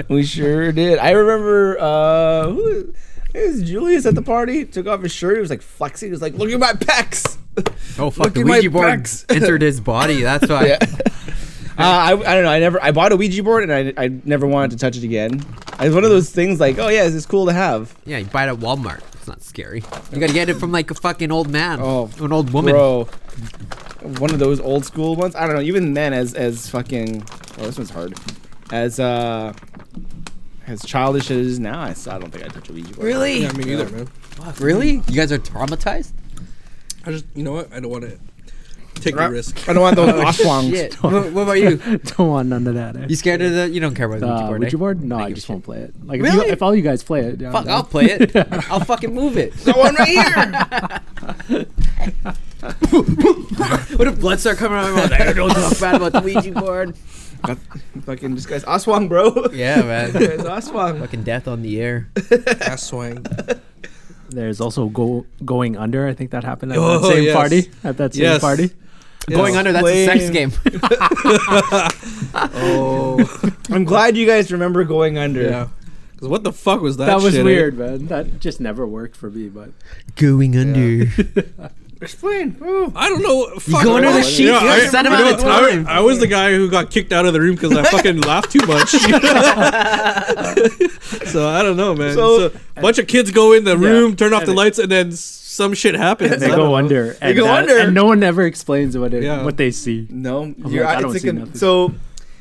A: we sure did. I remember uh, who it was Julius at the party. Took off his shirt. He was like flexing. He was like, "Look at my pecs."
D: [laughs] Oh fuck!
A: Look
D: the
A: at my
D: Ouija board
A: pecs.
D: entered his body. That's why.
A: Yeah. Uh, I, I don't know. I never. I bought a Ouija board and I, I never wanted to touch it again. It's one of those things like, oh yeah, it's cool to have.
D: Yeah, you buy it at Walmart. It's not scary. You gotta get it from like a fucking old man,
A: Oh,
D: an old woman.
A: Bro, one of those old school ones. I don't know. Even then, as as fucking oh, this one's hard. As uh, as childish as it is now, I, s- I don't think I touch a Ouija board.
D: Really?
C: Yeah, me neither, man.
D: Fuck, really? You guys are traumatized?
C: I just, you know what? I don't want to take the
A: Right.
D: [laughs]
C: risk. Oh,
A: I don't want
C: [laughs]
A: those ashwangs.
D: Shit. what, what about you?
B: Don't want none of that. Eh?
D: You scared of the? You don't care about the Ouija
B: Uh,
D: board?
B: Ouija
D: eh?
B: board? No, I
D: give a
B: just
D: shit.
B: won't play it. Like if,
A: Really?
B: you, if all you guys play it, yeah,
D: Fuck!
B: no.
D: I'll play it. I'll fucking move it.
A: That one right here. [laughs]
D: What if blood start coming out of my mouth? I don't know what's bad about the Ouija board.
A: fucking this guy's aswang, bro. [laughs]
D: Yeah, man.
A: It's aswang.
C: [laughs]
D: fucking death on the air.
C: Ass swang.
B: There's also go going under. I think that happened at
C: Oh,
B: that same
C: yes.
B: party. At that same
C: Yes.
B: party.
D: Going under. That's a sex
A: Lame.
D: game.
C: Oh,
A: I'm glad you guys remember going under.
C: yeah. 'Cause what the fuck was that?
B: That was
C: shit, eh?
B: weird, man. That just never worked for me. But
D: Going under.
A: Explain. Oh.
C: I don't know. Fuck,
D: go under
C: I-
D: the sheets,
C: yeah,
D: you
C: I-
D: send him
C: you
D: out
C: know,
D: of
C: I-
D: time.
C: I, was the guy who got kicked out of the room because I fucking laughed too much. [laughs] so I don't know, man.
A: So-
C: So, a bunch of kids go in the
B: Yeah,
C: room, turn off
B: and
C: the
B: it-
C: lights, and then s- some shit happens.
B: they
C: I [laughs] don't
B: go
C: know.
B: under. They and
A: go
B: that-
A: under.
B: and no one ever explains what it,
C: Yeah.
B: what they see. [laughs]
A: No,
B: I'm
A: you're,
B: like, I
A: I
B: don't
A: it's
B: see
A: like a-
B: nothing.
A: so.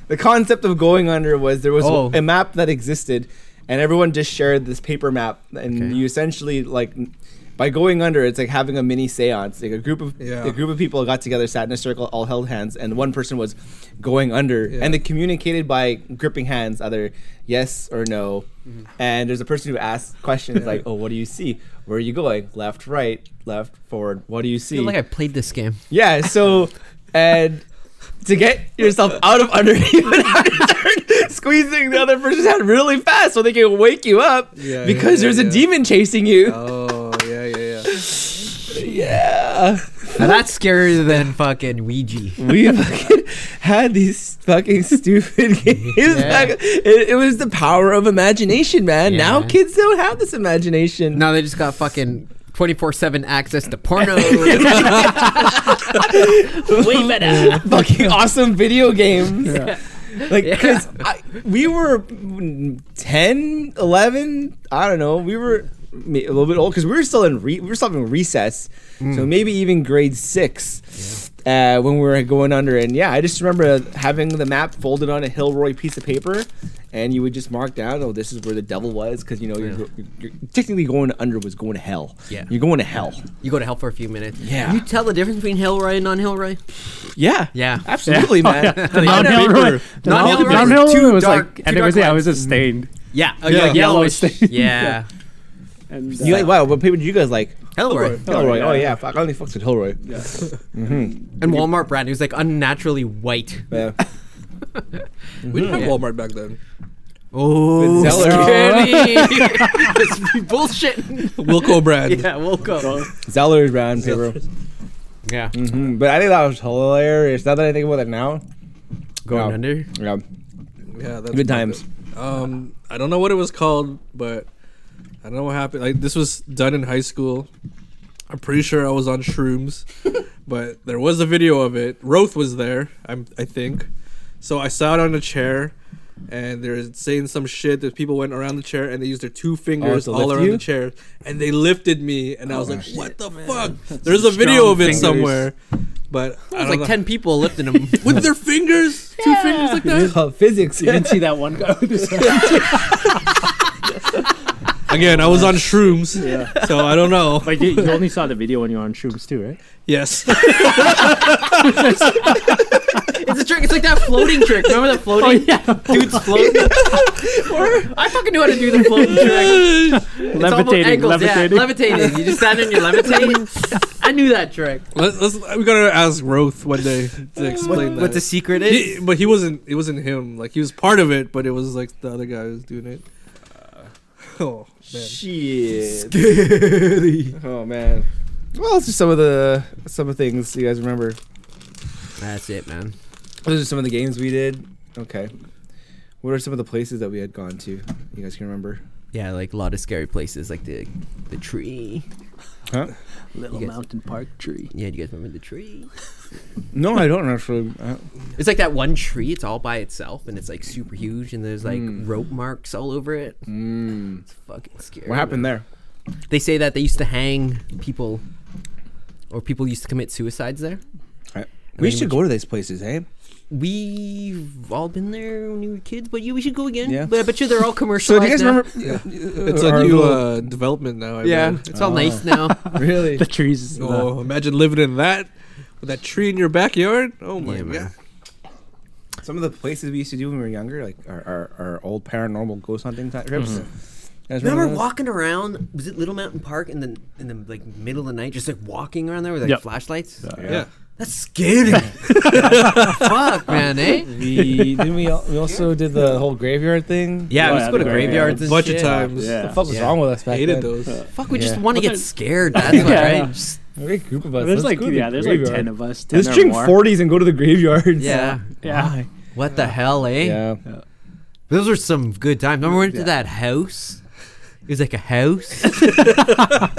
A: The concept of going under was there was
D: Oh.
A: a map that existed, and everyone just shared this paper map, and
D: Okay.
A: you essentially like n- by going under, it's like having a mini séance. Like a group of
C: Yeah.
A: a group of people got together, sat in a circle, all held hands, and one person was going under,
C: Yeah.
A: and they communicated by gripping hands, either yes or no.
C: Mm-hmm.
A: And there's a person who asked questions like, "Oh, what do you see? Where are you going? Left, right, left, forward. What do you see?"
D: I feel like I played this game.
A: Yeah, so and to get yourself out of under [laughs] you would have to start squeezing the other person's hand really fast so they can wake you up
C: Yeah,
A: because
C: yeah,
A: there's
C: yeah.
A: a demon chasing you.
C: Oh yeah, yeah, yeah.
A: Yeah.
D: Now that's scarier than fucking Ouija.
C: [laughs]
A: We fucking had these fucking stupid games. back- It, it was the power of imagination, man.
D: Yeah,
A: now
D: man.
A: kids don't have this imagination.
D: Now they just got fucking 24 7 access to porno.
A: [laughs] Way better. fucking awesome video games. [laughs] Like,
D: Yeah.
A: because we were mm, 10, 11, I don't know. We were ma- a little bit old because we were still in re- we were still in recess, so
D: Mm.
A: maybe even grade six uh, when we were going under. And yeah, I just remember having the map folded on a Hilroy piece of paper, and you would just mark down, oh, this is where the devil was, because you know you're, go- you're technically going under was going to hell.
D: Yeah.
A: you're going to hell.
D: you go to hell for a few minutes.
A: Yeah.
D: You tell the difference between Hillroy and non Hillroy?
A: Yeah,
D: Yeah. [laughs]
A: absolutely, man.
B: The downhill road. The
D: Downhill
B: downhill
D: road
B: road
D: was too
B: was
D: dark-
B: like,
D: too
B: and it was
D: dark
B: yeah, it was just stained.
D: Yeah. Oh,
C: Yeah.
D: yeah. Yellowish.
B: Yellowish thing.
D: Yeah.
B: And
A: You
B: uh,
A: like, wow, what paper did you guys like?
D: Hillroy.
A: Hilroy. Oh yeah, fuck. I only fucks with Hilroy.
D: And Walmart brand. It was like unnaturally white.
A: Yeah.
C: We didn't have Walmart back then.
D: Oh.
A: With Zeller.
D: Scary. Just bullshit.
C: Wilco
B: [laughs]
C: brand.
D: Yeah, woke up.
A: Zeller's brown [laughs] paper.
D: Yeah.
A: hmm But I think that was hilarious. Now that I think about it now.
D: Going
A: yeah.
D: under.
A: Yeah.
C: Yeah, that's
A: Good [laughs] times.
C: Um, I don't know what it was called, but I don't know what happened. Like this was done in high school. I'm pretty sure I was
D: [laughs]
C: on shrooms, but there was a video of it. Roth was there, I'm, I think. So I sat on a chair, and they're saying some shit. There's people went around the chair, and they used their two fingers
A: Oh, to
C: all
A: lift
C: around
A: you?
C: the chair, and they lifted me, and I
D: Oh,
C: was like, "What the fuck?" There's a video of it
B: fingers.
C: somewhere, but I
D: It was
C: don't
D: like
C: know.
D: 10 people lifting him.
C: with
D: [laughs]
C: their fingers, two fingers like that.
A: Uh, physics. [laughs]
B: you didn't see that one guy with his hand.
C: Again, I was on shrooms, so I
D: [laughs]
C: don't know.
B: But you, you only saw the video when you were on shrooms too, right?
C: Yes.
D: It's a trick. It's like that floating trick. Remember that floating?
B: [laughs] yeah,
D: Dude's
C: [laughs]
D: floating. I fucking knew how to do the floating trick. It's almost
B: levitating,
D: ankles,
B: levitating.
D: Yeah, levitating. You just stand and you're levitating. I knew that trick.
C: let's, let's, we gotta ask Roth one day to explain that.
D: What the secret is?
C: He- but he wasn't. It wasn't him. Like he was part of it, but it was like the other guy who was doing it. Oh [laughs] man.
A: Shit. Oh man. Well, it's just some of the some of the things you guys remember.
D: That's it, man.
A: Those are some of the games we did. Okay.
F: What are some of the places that we had gone to? You guys can remember?
D: Yeah, like a lot of scary places, like the the tree.
A: Huh?
B: Little
D: You guys-
B: mountain park tree.
D: Yeah, do you guys remember the tree?
A: No, I don't actually. Uh,
D: It's like that one tree. It's all by itself, and it's like super huge, and there's like
A: Hmm.
D: rope marks all over it.
F: Mm.
D: It's fucking scary.
F: What happened there?
D: They say that they used to hang people, or people used to commit suicides there.
A: we
D: mean,
A: should
D: which-
A: go to these places, eh?
D: We've all been there when we were kids, but you, we should go again.
A: Yeah.
D: But I bet you they're all
A: So
D: commercialized.
A: do you guys
D: now.
A: remember? [laughs]
C: It's
A: our
C: a new
A: little-
C: uh, development now. I
D: Yeah,
C: believe.
D: it's all nice
A: Oh.
D: now.
A: [laughs]
F: really?
B: [laughs] The trees.
C: Oh, imagine living in that with that tree in your backyard. Oh my
D: Yeah, man.
C: god.
A: Some of the places we used to do when we were younger, like our our, our old paranormal ghost hunting type trips.
B: Mm-hmm.
A: You guys
D: Remember
A: those?
D: walking around? Was it Little Mountain Park in the in the like middle of the night, just like walking around there with like
B: Yep.
D: flashlights?
C: Yeah.
D: That's scary. Fuck, man, eh?
A: We didn't we, al- we also did the whole graveyard thing.
D: Yeah, we
B: Oh, yeah,
D: just go to
B: the
D: graveyards and
C: Bunch
D: shit.
C: of times.
A: What the fuck was
D: Yeah.
A: wrong with us back
C: Hated
A: then?
C: those.
D: Fuck, we just
A: Yeah.
D: want to
B: Well,
D: get
B: there-
D: scared. That's why,
B: Yeah.
D: right? Just-
A: A great group of us.
B: There's
A: Let's
B: like
A: go to the
B: yeah, there's like
A: graveyard.
B: ten of us. 10
A: Let's
B: or
A: drink
B: more.
A: forties and go to the graveyards. [laughs]
D: yeah.
B: Yeah.
D: What the hell, eh?
A: Yeah.
D: Those were some good times. Remember we went to that house? It was like a house. [laughs]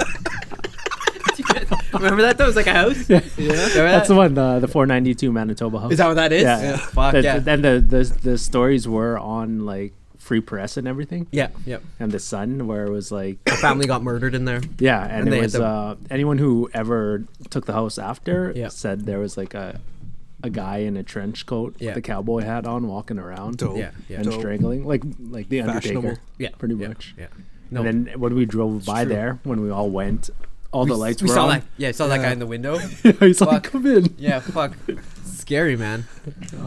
D: Remember that? That was like a house. Yeah,
B: That's the one. The the 492 Manitoba House.
D: Is that what that is?
B: Yeah, yeah.
D: Fuck
B: The-
D: yeah.
B: Then the, the the stories were on like free press and everything,
D: yeah, yeah.
B: and the Sun, where it was like
D: A family got murdered in there.
B: Yeah, and,
D: And they
B: it
D: had
B: was
D: the-
B: uh, anyone who ever took the house after
D: Yeah.
B: said there was like a a guy in a trench coat
D: Yeah.
B: with a cowboy hat on walking around
C: Dope.
D: Yeah, yeah.
B: and
C: Dope.
B: strangling like like the
C: Fashionable.
B: Undertaker.
D: Yeah,
B: pretty
D: yeah,
B: much.
D: Yeah. No,
B: And then when we drove by
D: true.
B: there, when we all went, all
D: we,
B: the lights
D: we
B: were
D: saw
B: on. [laughs]
D: that. Yeah, I saw that guy in the window.
B: He's like,
D: Fuck.
B: "Come in."
D: yeah, fuck. Scary, man.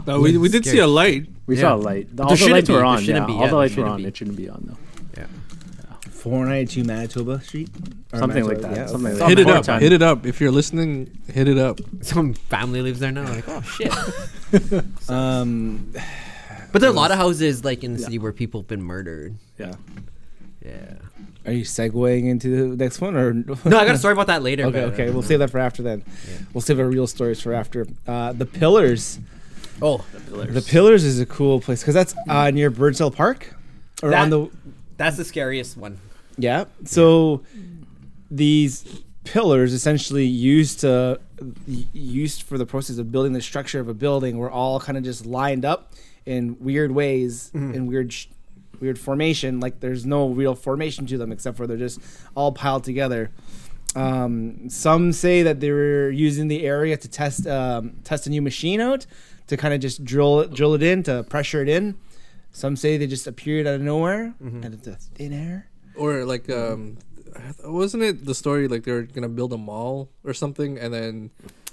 C: No, we, we did see a light.
B: We
D: Yeah.
B: saw a light.
D: there
B: All the
D: shouldn't
B: lights
D: be-
B: were
D: there
B: on. Yeah,
D: shouldn't be, yeah,
B: all the
D: there
B: lights were
D: shouldn't
B: on.
D: be.
B: It shouldn't be on though.
A: Four ninety two Manitoba Street. Or
B: Something like
A: Manitoba,
B: that,
A: yeah,
B: something
A: okay.
B: like
C: hit
B: the
C: it
B: fourth
C: up.
B: time.
C: Hit it up. If you're listening, hit it up.
D: [laughs] Some family lives there now. Like, oh shit.
A: Um,
D: But there are a lot of houses like in the city where people have been murdered.
B: Yeah.
D: Yeah.
A: are you segueing into the next one
B: [laughs]
A: or no?
D: No, I got a story about that later.
A: [laughs] Okay,
D: but-
A: okay, we'll save that for after then. We'll save our real stories for after. Uh, the Pillars.
D: Oh,
A: The Pillars is a cool place because that's uh, near Birdsell Park, or on
D: That-
A: the
D: that's the scariest one.
A: yeah. So these pillars essentially used to used for the process of building the structure of a building were all kind of just lined up in weird ways in weird sh- weird formation. Like there's no real formation to them except for they're just all piled together. Um, some say that they were using the area to test um, test a new machine out to kind of just drill it, drill it in to pressure it in. Some say they just appeared out of nowhere out of the thin air.
C: Or like, um, wasn't it the story like they were gonna build a mall or something, and then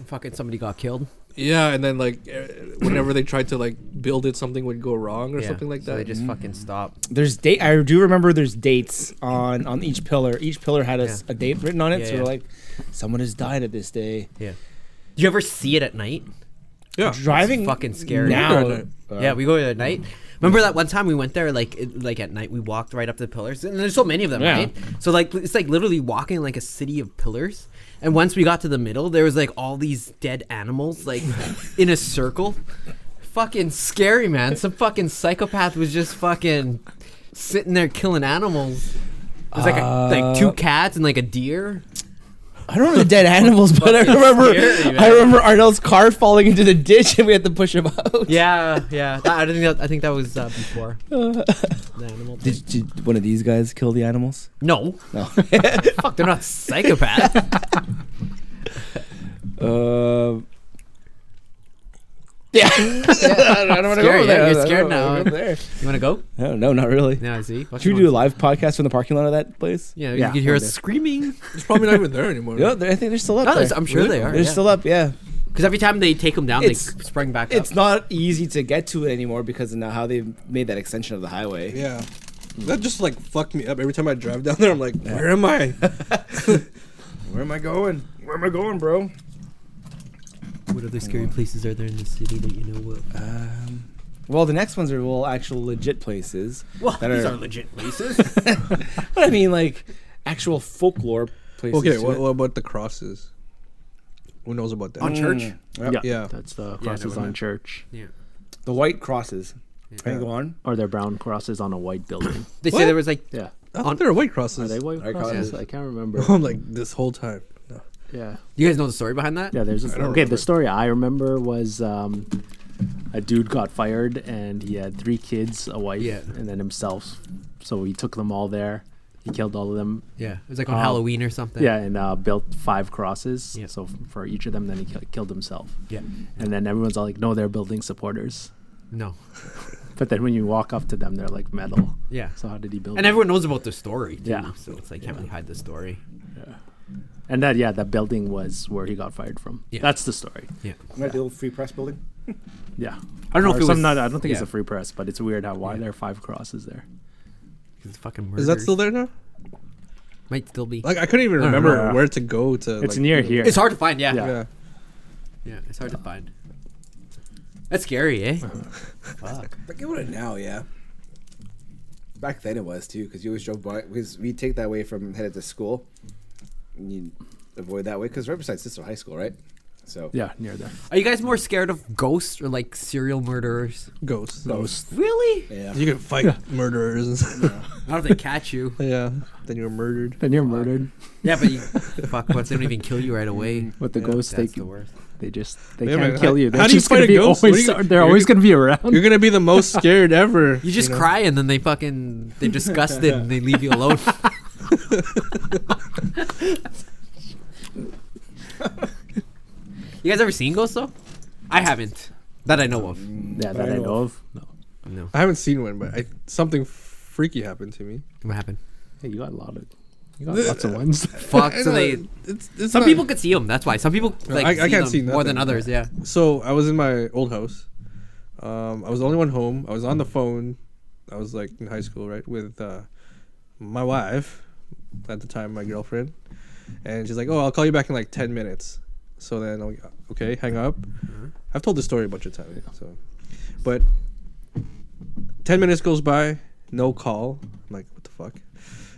D: Fucking somebody got killed.
C: yeah, and then like eh, whenever they tried to like build it, something would go wrong or
D: Yeah.
C: something like
D: So they
C: that.
D: just fucking stopped.
A: There's date. I do remember there's dates on on each pillar. Each pillar had a, s- a date written on it.
D: Yeah,
A: so
D: yeah.
A: we're like, someone has died at this day.
D: Yeah. Do you ever see it at night?
C: yeah,
A: Driving
D: fucking scary.
A: now.
C: Yeah.
D: yeah, we go there at night. Remember that one time we went there, like it, like at night, we walked right up to the pillars, and there's so many of them,
A: Yeah.
D: right? So like it's like literally walking like a city of pillars. And once we got to the middle, there was like all these dead animals, like in a circle. Fucking scary, man. Some fucking psychopath was just fucking sitting there killing animals. It was like a, like two cats and like a deer.
A: I don't remember the
D: [laughs]
A: dead animals, but I remember I remember Arnell's car falling into the ditch and we had to push him out.
D: Yeah, yeah. That- I think that, I think that was
A: [laughs]
D: uh, before the animal. thing.
A: Did, did one of these guys kill the animals?
D: No,
A: No.
D: [laughs] fuck, they're not psychopaths.
A: [laughs] Uh, [laughs] yeah. I don't want to
D: Scary,
A: go there.
D: yeah,
A: I
D: you're
A: don't
D: scared
A: wanna
D: now.
A: go there.
D: You want to go?
A: No, no, not really.
D: No, I see. Watch
A: Should
D: your
A: we do a
D: mouth.
A: live podcast from the parking lot of that place?
D: Yeah,
B: Yeah,
D: you could hear
B: one
D: us
B: day.
D: screaming.
C: it's probably not even there anymore.
A: No, they're- I think they're still up
D: No,
A: there.
D: there's- I'm sure they are.
A: They're
D: yeah.
A: still up, yeah.
D: because every time they take them down, they
A: It's-
D: sp- spring back
A: It's
D: up.
A: not easy to get to it anymore because of now how they've made that extension of the highway.
C: Yeah. Hmm. That just like fucked me up. Every time I drive down there, I'm like, where am I?
A: Where am I going? Where am I going, bro?
D: What other scary places are there in the city that you know of?
A: Um, well, the next ones are well actual legit places. [laughs]
D: Well,
A: That
D: these
A: are-
D: are legit
A: [laughs]
D: places.
A: But I mean, like actual folklore places.
C: okay,
A: to
C: what,
A: it.
C: what about the crosses? Who knows about that?
D: On church?
A: Mm, yeah.
B: Yeah,
C: Yeah.
B: that's the crosses
D: never
B: on
D: mind.
B: church.
A: the white crosses.
E: Can I go on?
B: Are there brown crosses on a
D: [coughs]
B: white building?
D: They
C: What?
D: say there was like
B: yeah.
C: I thought there are white crosses.
B: Are they white
A: White
B: crosses?
A: crosses.
B: I
D: [laughs]
B: can't remember.
C: [laughs] I'm like this whole time. No.
B: yeah.
D: you guys know the story behind that.
B: Yeah, there's this, okay.
C: don't remember.
B: The story I remember was um, a dude got fired and he had three kids, a wife,
D: Yeah.
B: and then himself. So he took them all there. He killed all of them.
D: Yeah, it was like on
A: Um,
B: Oh.
D: Halloween or something.
B: Yeah, and uh, built five crosses.
D: Yeah.
B: So f- for each of them, then he ki- killed himself.
D: yeah.
B: And then everyone's all like, "No, they're building supporters."
D: No,
B: But then when you walk up to them, they're like metal.
D: yeah.
B: So how did he build?
D: And
B: it?
D: everyone knows about the story. Too,
B: Yeah.
D: so it's like can't really hide the story.
B: and that yeah, that building was where he got fired from.
D: Yeah.
B: That's the story.
D: Yeah.
G: Isn't that the old free press building?
B: Yeah.
D: I don't know
B: Or
D: if it
B: some-
D: was.
B: not- I don't think it's
D: yeah.
B: a free press, but it's weird how why
D: Yeah.
B: there are five crosses there.
D: It's fucking
C: Is that still there now?
D: Might still be.
C: Like I couldn't even
D: I don't
C: remember
B: know.
C: where to go to.
B: It's
C: like,
B: near
C: you know-
B: here.
D: [laughs] It's hard to find. Yeah.
B: Yeah.
D: Yeah,
C: Yeah.
D: it's hard to find. That's scary,
C: [laughs]
D: eh? Fuck.
G: Like it would now, yeah. Back then it was too, because you always drove by. Because we take that way from headed to school, and you avoid that way because right beside Cicero High School, right? So
B: Yeah, near there.
D: Are you guys more scared of ghosts or like serial murderers?
C: Ghosts.
B: Ghost.
D: Really?
G: yeah.
C: You can fight murderers and stuff.
D: I don't know if they catch you.
C: [laughs] yeah. Then you're murdered.
B: Then you're murdered.
D: [laughs] Yeah, but you, [laughs] Mm. fuck, once they don't even kill you right away.
B: With the ghosts, they,
D: That's the worst.
B: they just they
C: Wait a
B: can't
C: minute,
B: kill
C: how-
B: you. They're
C: how do you
B: just gonna
C: fight a
B: be
C: ghost? What
B: always
C: do you-
B: they're
C: you-
B: always gonna be around.
C: You're gonna be the [laughs] most scared ever.
D: You just
C: know?
D: cry and then they fucking
C: [laughs]
D: they disgusted and they leave you alone. you guys ever seen ghosts though? I haven't. That I know of.
C: Mm.
B: yeah, that I know of. No.
D: No.
C: I haven't seen one, but I, something freaky happened to me.
D: What happened?
B: Hey, you got a lot of you got lots of ones.
D: Fuck.
C: [laughs] I
D: So
C: know,
D: they.
C: It's, it's
D: Some
C: not-
D: people could see them. That's why. Some people
C: No,
D: like
C: I- I
D: see
C: can't
D: them
C: see
D: more than
C: nothing.
D: others. Yeah.
C: So I was in my old house. Um, I was the only one home. I was on the phone. I was like in high school, right, with uh, my wife at the time, my girlfriend, and she's like, "Oh, I'll call you back in like ten minutes." So then, I'm like, okay, hang up. I've told this story a bunch of times, so. But ten minutes goes by, no call. I'm like, what the fuck?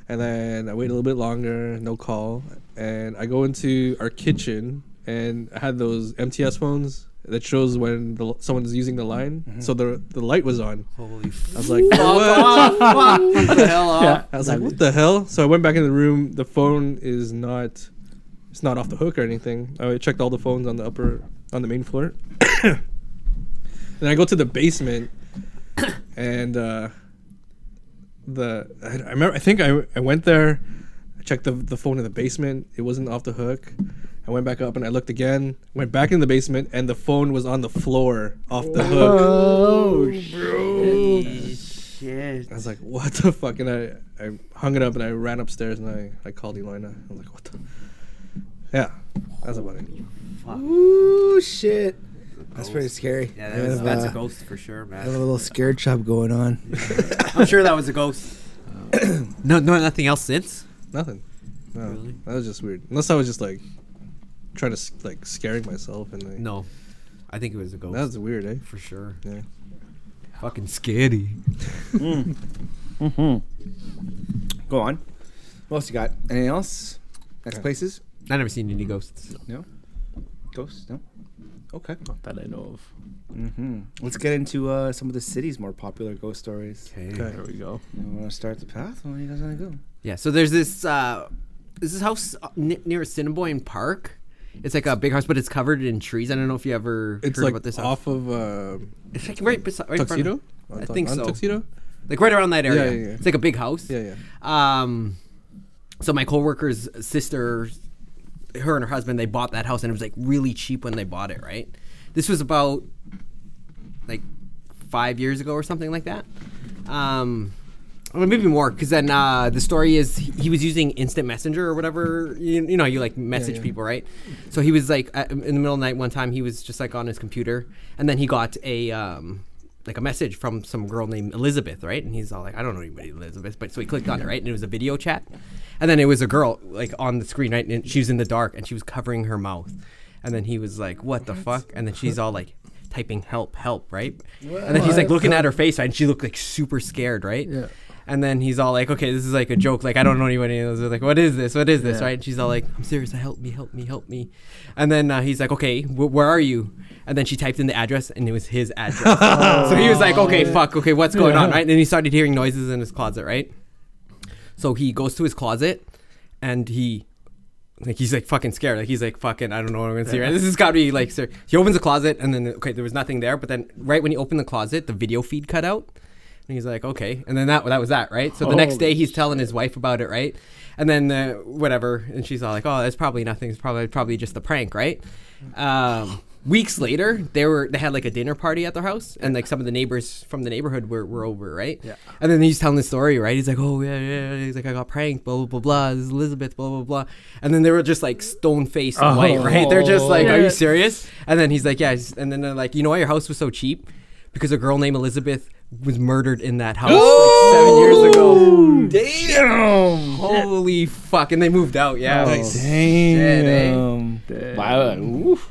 C: And then I wait a little bit longer, no call, and I go into our kitchen and I had those MTS phones that shows when the, someone's using the line. So the the light was on.
D: Holy
C: I was like, [laughs] "Oh, what?
D: fuck! [laughs] fuck the hell off.
B: [laughs] yeah.
C: I was like, what the hell? So I went back in the room. The phone is not, it's not off the hook or anything. I checked all the phones on the upper, on the main floor. [coughs] then I go to the basement, [coughs] and uh, the I, I remember. I think I, I went there. I checked the the phone in the basement. It wasn't off the hook. I went back up and I looked again. Went back in the basement, and the phone was on the floor, off the
B: [laughs]
C: hook.
B: Oh
C: I was like, what the fuck? And I, I hung it up and I ran upstairs and I, I called Elina. I was like, what the? Yeah, that's about it.
G: Ooh shit, that's pretty scary.
D: Yeah,
G: I
D: that was,
G: have,
D: that's
G: uh,
D: a ghost for sure,
G: I have a
D: man.
G: little scared chop going on.
D: [laughs] I'm sure that was a
C: [coughs]
D: ghost. no, no, nothing else since.
C: [laughs] Nothing. No,
D: Really?
C: that was just weird. Unless I was just like trying to s- like scaring myself and like
D: No, I think it was a ghost
C: that was weird, eh?
D: for sure.
C: Yeah.
D: Fucking scary.
G: Go on. What else you got? Anything else? Next places?
D: I never seen any ghosts.
G: Ghosts? No. Okay.
B: that I know of.
G: hmm Let's get into uh, some of the city's more popular ghost stories.
C: Okay.
B: There we go.
G: You want to start the path? Where do you guys want to go?
D: Yeah. So there's this. Uh, is this house uh, n- near Assiniboine Park? It's like a big house, but it's covered in trees. I don't know if you ever
C: It's
D: heard
C: like
D: about this house.
C: off of uh,
D: It's like right beside, right in front
C: tuxedo.
D: of- I think
C: on
D: so.
C: Tuxedo.
D: like right around that area.
C: Yeah, yeah, yeah.
D: It's like a big house.
C: Yeah, yeah.
D: Um, so my coworker's sister, her and her husband, they bought that house, and it was like really cheap when they bought it. Right, this was about like five years ago or something like that. Um, or maybe more, because then uh, the story is he, he was using instant messenger or whatever. You, you know, you like message
C: yeah.
D: people, right? So he was like at, in the middle of the night one time, he was just like on his computer, and then he got a um, like a message from some girl named Elizabeth, right? And he's all like, I don't know anybody Elizabeth, but so he clicked on it, right? And it was a video chat, and then it was a girl like on the screen, right? And she was in the dark, and she was covering her mouth, and then he was like, What the fuck? And then she's all like. Typing help, help, right? And then he's like looking at her face, right? and she looked like super scared, right?
B: Yeah.
D: And then he's all like, "Okay, this is like a joke. Like I don't know anybody." And they're like, "What is this? What is this?"
B: Yeah.
D: Right? And she's all like, "I'm serious. Help me, help me, help me." And then uh, he's like, "Okay, wh- where are you?" And then she typed in the address, and it was his address.
B: [laughs]
D: so he was like, "Okay,
B: Oh.
D: fuck. Okay, what's going on?" Right? And he started hearing noises in his closet. Right? So he goes to his closet, and he like he's like fucking scared. Like he's like fucking. I don't know what I'm gonna see. Right? This has got to be like. Sir. He opens the closet and then okay, there was nothing there. But then right when he opened the closet, the video feed cut out. And he's like, okay. And then that that was that, right? So the next day he's telling his wife about it, right? And then uh, whatever, and she's all like, oh, that's probably nothing. It's probably probably just a prank, right? Um, weeks later, they were they had like a dinner party at their house, and like some of the neighbors from the neighborhood were, were over, right? Yeah. And then he's telling the story, right? He's like, oh yeah, yeah. yeah." He's like, I got pranked, blah blah blah blah. This is Elizabeth, blah blah blah. And then they were just like stone faced white, right? They're just like, are you serious? And then he's like, yeah. And then they're like, you know why your house was so cheap? Because a girl named Elizabeth was murdered in that house like seven years ago.
E: Damn.
D: Holy fuck! And they moved out. Yeah.
E: Damn.
A: Wow. oof.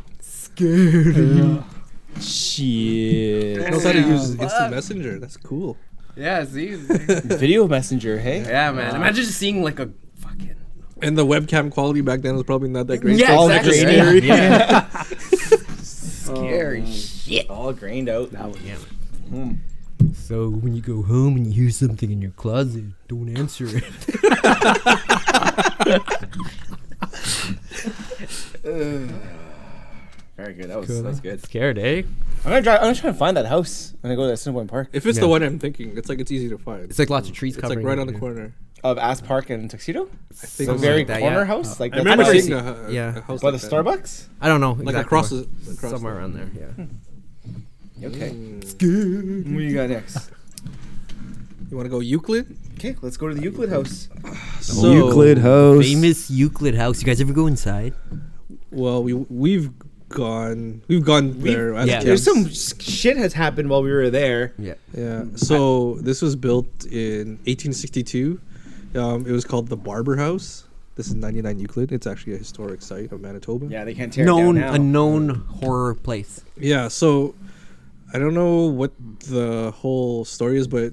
E: Shit.
C: knows how to use instant messenger. That's cool.
D: Yeah. See.
E: Video messenger, hey?
D: yeah, man. Imagine just seeing like a fucking.
C: And the webcam quality back then was probably not that great.
D: Yeah,
E: all
D: exactly.
E: degraded.
B: [laughs]
D: Oh,
A: Scary shit. All grained out.
D: So when you go home and you hear something in your closet, don't answer [laughs] it.
A: Very good. That was that was good.
D: Scared, eh?
E: I'm gonna try. I'm gonna try to find that house when I go to Cinnabon Park
C: If it's
D: Yeah.
C: the one I'm thinking, it's like it's easy to find.
D: It's like lots of trees
C: It's
D: covering.
C: like right
D: it,
C: on the
D: dude.
C: corner.
E: of Ass Park and Tuxedo.
C: I think
E: The
D: Something
C: it's
E: very
D: like that,
E: corner
D: yeah.
E: house. Like
C: I
E: that's
C: remember
E: how
D: I've
C: seeing
E: it's-
C: a, hu-
D: yeah.
C: a house
E: by the
C: like that.
E: Starbucks.
D: I don't know.
C: like
D: exactly
C: across,
D: where.
C: the, across
D: somewhere around there. Yeah.
G: Mm.
E: Okay.
A: What do you got next?
C: The, you want to go Euclid?
G: Okay, let's go to the Euclid house.
C: So,
E: House.
D: Famous Euclid house. You guys ever go inside?
C: Well, we we've gone we've gone there. as
D: yeah.
C: kids.
G: There's some s- shit has happened while we were there.
D: Yeah.
C: Yeah. So this was built in 1862. Um, it was called the Barber House. This is 99 Euclid. It's actually a historic site of Manitoba.
A: Yeah, they can't tear
D: Known
A: it
D: a
A: down now.
D: known horror place.
C: Yeah, so I don't know what the whole story is, but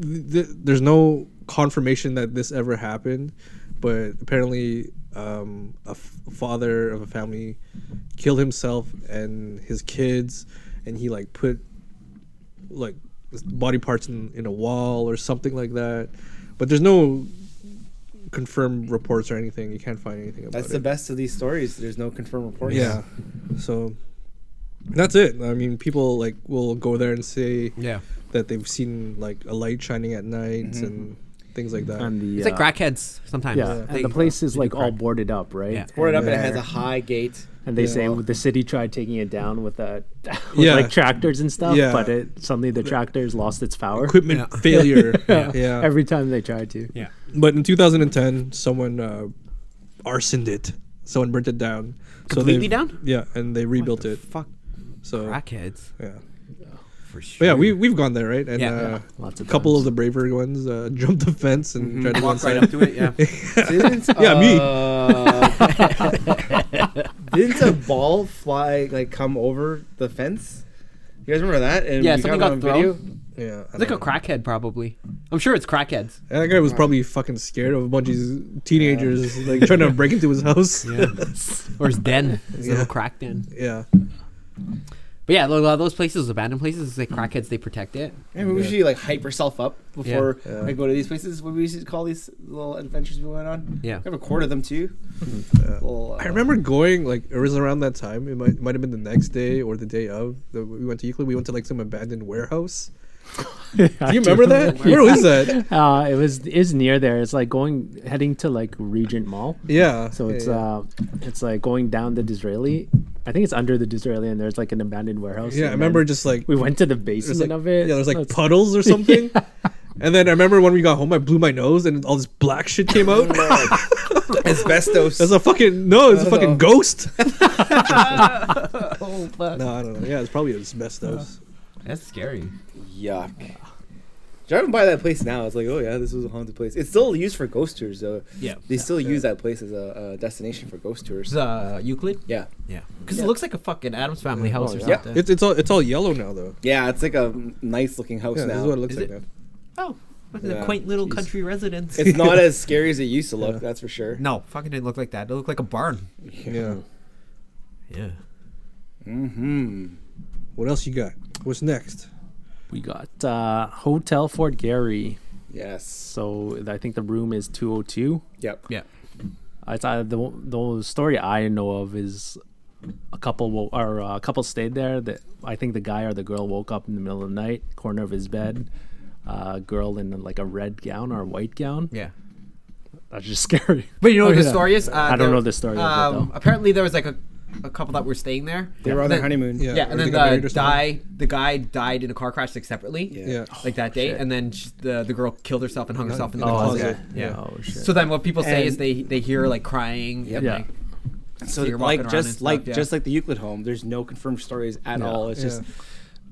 C: th- th- there's no confirmation that this ever happened. But apparently, um, a f- father of a family killed himself and his kids, and he like put like his body parts in, in a wall or something like that. But there's no confirmed reports or anything. You can't find anything about
G: That's
C: it.
G: the best of these stories. There's no confirmed reports.
C: Yeah. So that's it. I mean, people like will go there and say
D: Yeah. Mm-hmm.
C: that they've seen like a light shining at night and things like that.
B: And the
D: It's
B: uh,
D: like crackheads sometimes.
B: Yeah,
D: They-
B: and the place is
D: they do
B: like all
D: crack.
B: boarded up, right?
D: Yeah.
G: Boarded up and it has a high
C: [laughs]
G: gate.
B: And they
C: Yeah.
B: say the city tried taking it down with, uh, [laughs] with
C: Yeah.
B: like tractors and stuff,
C: Yeah.
B: but it suddenly the tractors lost its power. [laughs]
C: Equipment failure. yeah.
B: Every time they tried to. [laughs]
D: Yeah.
C: But in 2010, someone uh, arsoned it. Someone burnt it down.
D: Completely
C: they've-
D: down?
C: Yeah, and they rebuilt it.
D: Fuck
C: So
D: crackheads.
C: yeah,
D: For sure.
C: but yeah, we we've gone there, right? And
D: Yeah.
C: uh,
B: Lots
C: a
B: of
C: couple
B: times.
C: of the braver ones uh, [laughs] jumped the fence and tried to go
D: Mm-hmm. walk right
C: inside.
D: up to it. [laughs] Yeah.
G: Didn't,
C: Yeah, me. [laughs]
G: uh, didn't a ball fly like come over the fence? You guys remember that? And
D: Yeah,
G: we
D: something
G: it
D: got
G: on
D: thrown.
C: Yeah, I
D: It's like
C: don't
D: a crackhead, probably. I'm sure it's crackheads.
C: And that guy was probably fucking scared of a bunch of teenagers like trying to break into
B: [laughs]
C: his house. Yeah.
D: [laughs]
C: [laughs]
D: or his den, his little crack den. But yeah, a lot of those places, abandoned places, it's like crackheads, they protect it.
A: Maybe we should like hype ourselves up before
C: Yeah.
A: we go to these places. What we used to call these little adventures we went on.
D: Yeah.
A: I have a quarter of them too. Little,
C: Mm-hmm. I
A: uh,
C: remember going like it was around that time. It might, might have been the next day or the day of that we went to Euclid. We went to like some
B: [laughs]
C: abandoned warehouse. Do you remember that? Where was that?
B: Uh, it was is near there. It's like going heading to like Regent Mall.
C: Yeah.
B: So
C: yeah,
B: it's
C: yeah.
B: uh, it's like going down the Disraeli. I think it's under the Disraeli, and there's like an abandoned warehouse.
C: yeah. I
B: and
C: remember
B: then
C: just like
B: we went to the
C: there's,
B: basement
C: like
B: of it.
C: yeah, there's like
B: It's- [laughs]
C: puddles or something. And then I remember when we got home, I blew my nose and all this black shit came out.
B: [laughs]
G: [laughs] Asbestos.
C: That's a fucking no. It's a fucking
G: no.
B: [laughs]
C: ghost. [laughs]
D: Oh, fuck.
C: no, I don't know. Yeah, it's probably
B: Uh-huh.
C: asbestos.
D: That's scary.
G: Yuck. Driving by that place now, it's like, oh yeah, this was a haunted place. It's still used for ghost tours, though.
D: Yeah.
G: They still use that place as a, a destination for ghost tours.
D: It's uh, Euclid?
G: Yeah,
D: Yeah. Because it looks like a fucking Adams family house or
G: yeah.
D: something.
C: It's, it's all it's all yellow now though.
G: yeah, it's like a nice looking house
C: Yeah, this
G: now.
C: is what it looks
D: Is
C: like
D: it?
C: now.
D: Oh. What
G: Yeah.
D: a quaint little
G: Jeez.
D: country residence.
G: It's
C: [laughs]
G: not as scary as it used to look. That's for sure.
D: no, fucking didn't look like that. It looked like a barn.
C: Yeah.
D: Yeah.
G: Mm-hmm.
C: What else you got? What's next?
B: We got uh, Hotel Fort Gary.
G: Yes.
B: So I think the room is 202.
G: Yep.
D: Yeah.
B: I thought the the story I know of is a couple wo- or uh, a couple stayed there. That I think the guy or the girl woke up in the middle of the night, corner of his bed. uh, girl in like a red gown or a white gown.
D: Yeah.
B: That's just [laughs] scary.
D: But you know
B: Oh,
D: what the
B: yeah.
D: story is? Uh,
B: I
D: there-
B: don't know the story. of it,
D: Um,
B: though.
D: apparently, there was like a, a couple that were staying there.
A: They were on their
D: Then-
A: honeymoon.
C: Yeah.
D: Yeah,
C: or
D: and
C: they
D: then
C: got married
D: the
C: or something.
D: die, the guy died in a car crash like separately,
C: Yeah.
A: Oh,
D: like that day, and then sh the the girl killed herself and hung herself in the
B: Oh,
D: closet.
C: okay.
D: Yeah.
B: Oh shit.
D: So then, what people say is
A: And-
D: they they hear like crying.
G: Yep.
D: and,
B: Yeah.
D: like,
A: So
D: you're
A: like
D: walking around and
A: just
D: stuff,
A: like
D: yeah.
A: just like the Euclid home, there's no confirmed stories at
B: No.
A: all. It's just
C: Yeah.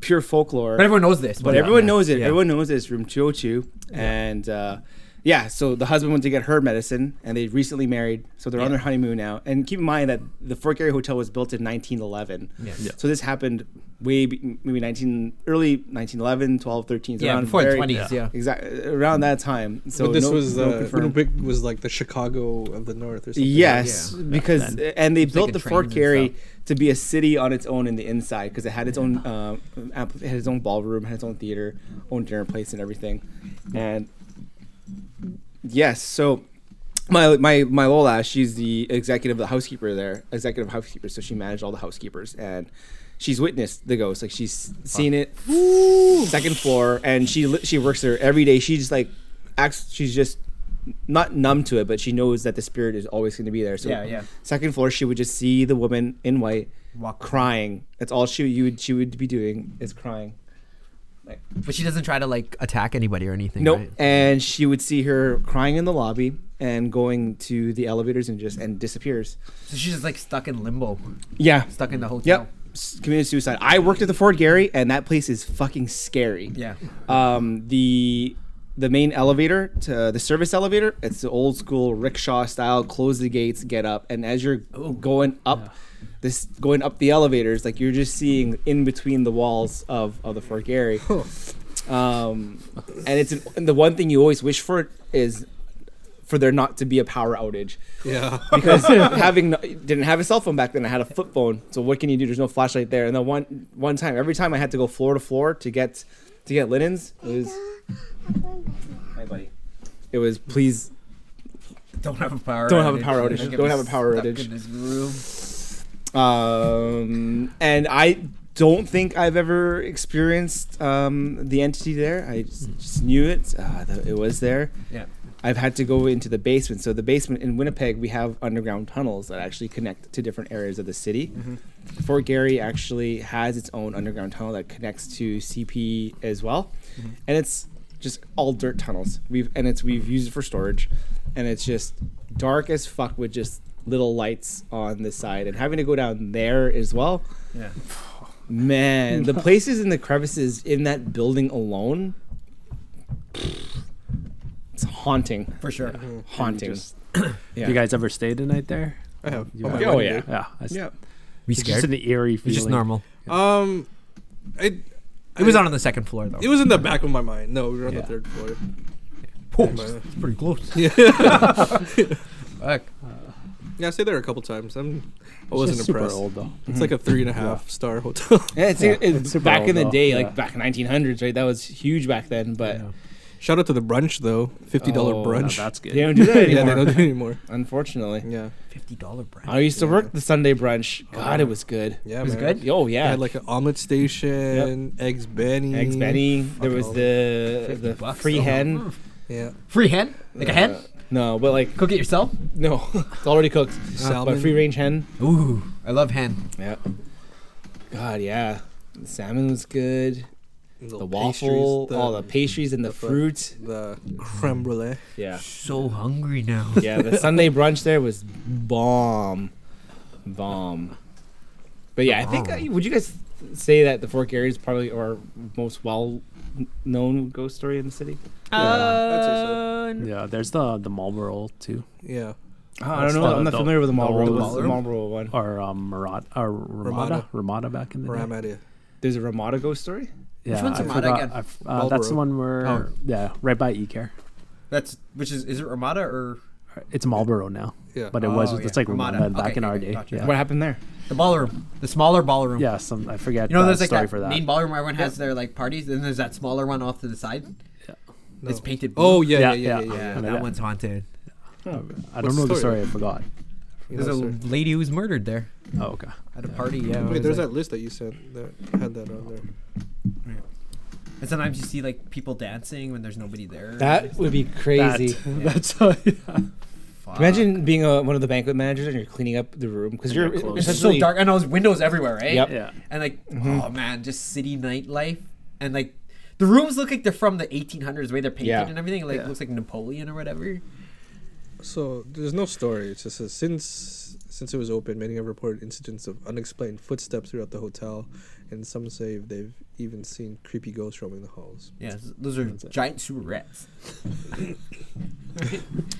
A: pure folklore.
D: but everyone knows this.
A: But everyone knows it.
D: Yeah.
A: Everyone knows it's room 202. And uh, yeah, so the husband went to get her medicine and they recently married. So they're on
D: Yeah.
A: their honeymoon now. And keep in mind that the Fort Garry Hotel was built in 1911.
D: Yeah.
B: Yeah.
A: So this happened way, be- maybe 19, early 1911, 12, 13. It's
D: Yeah,
A: around
D: before the
A: very-
D: twenties. Yeah.
A: Exactly. Around that time. So
C: but this
A: no-
C: was
A: no
C: uh,
A: confirmed-
C: Winnipeg was like the Chicago of the North or something.
A: Yes,
D: Yeah.
A: because uh, and they
D: It's like
A: built
D: a
A: the
D: train
A: Fort
D: and
A: Garry to be a city on its own in the inside because it had its own um, ampl- it had its own ballroom, had its own theater, own dinner place, and everything. And yes, so my my my Lola, she's the executive, the housekeeper there, executive housekeeper. So she managed all the housekeepers, and she's witnessed the ghost. Like she's seen it, second floor, and she li- she works there every day. She just like acts. She's just not numb to it, but she knows that the spirit is always going to be there. So
D: Yeah, yeah.
A: Second floor, she would just see the woman in white
D: Walk-
A: crying. That's all she you would she would be doing is crying.
D: But she doesn't try to like attack anybody or anything.
A: Nope.
D: right?
A: And she would see her crying in the lobby and going to the elevators and just and disappears.
D: So she's just like stuck in limbo,
A: Yeah.
D: stuck in the hotel.
A: Yep. S- Committed suicide. I worked at the Fort Gary, and that place is fucking scary.
D: Yeah.
A: Um, the the main elevator to the service elevator. It's the old school rickshaw style. Close the gates, get up, and as you're going up. This going up the elevators, like you're just seeing in between the walls of, of the Fort Gary, um, and it's an, and the one thing you always wish for is for there not to be a power outage
C: Yeah.
A: [laughs] because having no- didn't have a cell phone back then. I had a flip phone. So what can you do? There's no flashlight there. And then one one time, every time I had to go floor to floor to get to get linens, it was hi buddy. It was please.
D: Don't have a power.
A: Don't have a
D: outage.
A: power outage.
D: Like,
A: Don't
D: I'm
A: have a power
D: stuck
A: outage.
D: In this room.
A: Um, and I don't think I've ever experienced um, the entity there. I just, just knew it. Uh, that it was there.
D: Yeah.
A: I've had to go into the basement. So the basement in Winnipeg, we have underground tunnels that actually connect to different areas of the city. Fort Garry actually has its own underground tunnel that connects to CP as well, and it's just all dirt tunnels. We've and it's we've used it for storage, and it's just dark as fuck with just little lights on the side, and having to go down there as well.
D: Yeah.
A: Man, the places in the crevices in that building alone, it's haunting,
D: For sure.
A: haunting.
B: just-
A: [clears throat] yeah.
B: You guys ever stayed a night there?
C: [laughs] I have.
B: You
C: on my
B: have?
A: Oh,
C: wedding
A: yeah.
C: day.
B: Yeah. I s-
C: Yeah.
D: We
B: It's just an eerie feeling.
D: It's just normal.
C: Um, it
D: It was out on the second floor though.
C: it was in the back of my mind. No, we were on
D: Yeah.
C: the third floor. uh,
D: Oh, it's pretty close.
C: Yeah.
D: [laughs] Fuck.
C: Yeah, I stayed there a couple times. I'm. I
B: It's
C: wasn't
B: just super
C: impressed.
B: old though.
C: It's like a three and a half star hotel. [laughs]
A: Yeah, it's,
B: Yeah,
A: it's
B: it's super
A: back
B: old
A: in the
B: though,
A: day,
B: yeah.
A: like back in 1900s, right? That was huge back then, but
B: Yeah.
C: Shout out to the brunch though. Fifty dollar
A: Oh,
B: Now
C: brunch.
B: that's
A: they
B: good.
A: don't do that
C: [laughs] yeah,
A: anymore.
C: they don't do it anymore.
A: Unfortunately,
C: Yeah.
D: Fifty dollar brand.
A: I used to work the Sunday brunch. God, it was good.
C: Yeah.
D: It was
C: man.
D: good?
A: Oh
C: They
A: yeah,
C: had like an omelet station, eggs Benny,
A: eggs Benny. There was
C: all
A: the the
D: bucks, Oh.
A: free
D: though.
A: hen. Uh,
C: yeah,
D: Free hen? Like a hen?
A: No, but like
D: Cook it yourself?
A: no, [laughs] it's already cooked.
C: salmon.
A: But free range hen.
D: Ooh, I love hen.
A: Yeah. God, yeah. The salmon was good.
C: little
A: The
C: pastries,
A: waffle, all the pastries and the,
C: the fu-
A: fruit.
C: the creme brulee.
A: Yeah.
D: So
A: [laughs]
D: hungry now.
A: yeah, the Sunday brunch there was bomb, bomb. But yeah, I think uh, would you guys say that the Fort Gary is probably our most well-known ghost story in the city?
C: I'd say so.
B: Yeah. There's the the Marlboro too,
C: Yeah,
A: Uh, I
B: That's
A: don't know.
B: the-
A: I'm not
B: the-
A: familiar with the
B: the
A: Marlboro.
B: old
A: What's the
B: ballroom?
A: Marlboro one?
B: or um Marat, or Ramada, Ramada back in the day.
C: Ram idea.
A: There's a Ramada ghost story.
B: Yeah,
D: one's
B: I
D: Ramada
B: forgot.
D: again?
B: I f- uh, that's the one
C: Marlboro.
B: where
D: Oh.
B: yeah, right by Ecare.
D: That's which is is it Ramada or
B: It's Marlboro now,
C: Yeah.
B: but it was
D: Oh,
B: it's
D: yeah,
B: like Ramada,
D: Ramada.
B: back
D: Okay,
B: in our
D: okay,
B: day.
D: gotcha.
B: Yeah,
A: What happened there?
D: the ballroom, the smaller ballroom?
B: yeah some, I forget.
D: You know,
B: the
D: there's like
B: story
D: that,
B: for that.
D: main ballroom where everyone has their like parties, and there's that smaller one off to the side.
C: No.
D: It's painted. Blue.
C: Oh yeah, yeah, yeah, yeah. yeah,
D: yeah,
B: I know
D: that
B: that.
D: one's haunted.
B: I
C: What's
B: don't know the
C: the story?
B: story. I forgot.
C: You know,
D: There's a
C: sir.
D: lady who was murdered there
B: Oh, okay.
D: at a party. Yeah, it
C: Wait,
D: was
C: there's
D: like-
C: that list that you sent that had that on there.
D: And sometimes you see like people dancing when there's nobody there.
A: That would be crazy.
B: That- [laughs] that's uh, yeah.
D: Fuck.
A: Imagine being a, one of the banquet managers and you're cleaning up the room because
B: And
A: you're
B: you're closed.
D: It's just
A: essentially
D: so dark, and all those windows everywhere, right?
A: Yep.
B: yeah.
D: And like,
C: Mm-hmm.
D: oh man, just city nightlife, and like, the rooms look like they're from the 1800s, the way they're painted
A: Yeah.
D: and everything. Like,
B: Yeah.
D: looks like Napoleon or whatever.
C: So there's no story. It's just a, since since it was open, many have reported incidents of unexplained footsteps throughout the hotel, and some say they've even seen creepy ghosts roaming the halls.
D: Yeah, s- those are giant super rats.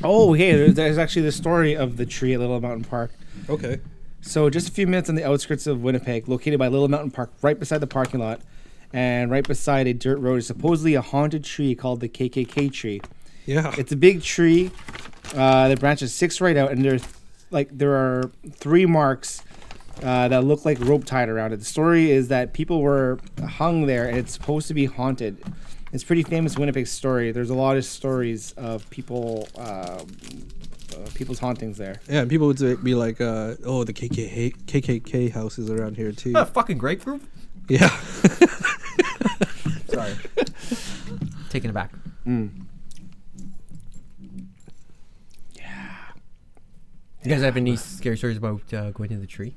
A: Oh, hey, there- there's actually the story of the tree at Little Mountain Park.
C: Okay.
A: So, just a few minutes on the outskirts of Winnipeg, located by Little Mountain Park, right beside the parking lot, and right beside a dirt road, is supposedly a haunted tree called the KKK tree.
C: Yeah.
A: It's a big tree. Uh, the branches six right out, and there's like there are three marks uh, that look like rope tied around it. The story is that people were hung there, and it's supposed to be haunted. It's a pretty famous Winnipeg story. There's a lot of stories of people, uh, uh, people's hauntings there.
C: yeah, and people would say- be like, uh, "Oh, the KKK KKK house is around here too."
D: What, a fucking grapefruit.
C: yeah.
D: Sorry, taking it back.
C: Mm.
D: You guys have any scary stories about uh, going to the tree?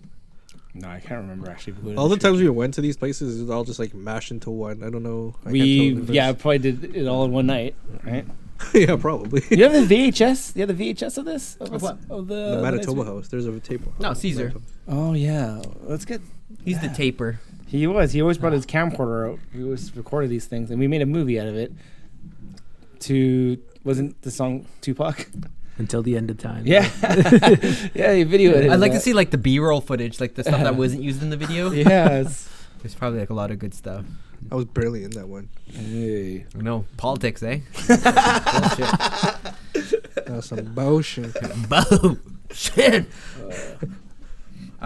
A: No, I can't remember actually. who it
C: All the
A: is.
C: times we went to these places, it was all just like mashed into one. I don't know. I can't
A: we
C: tell the
A: yeah probably did it all in one night, right?
C: difference. [laughs] yeah, probably.
A: you have the VHS? You have the VHS of this? Of, us-
D: what?
A: of the,
C: the
A: the nights
C: Manitoba
A: we-
C: house. There's a tape.
D: No, Caesar.
A: Oh yeah, let's get
D: He's the taper.
A: He was. He always brought his camcorder out. He always recorded these things, and we made a movie out of it. To wasn't the song Tupac?
B: Until the end of time.
A: Yeah, [laughs] yeah. He videoed it.
D: I'd like
A: [laughs]
D: to see like the B-roll footage, like the stuff that wasn't used in the video.
A: Yeah. It's,
D: There's probably like a lot of good stuff.
C: I was barely in that one.
A: hey.
D: You know, politics, eh? [laughs]
C: That's Uh, [laughs] some bullshit.
D: Bo, shit.
A: Uh,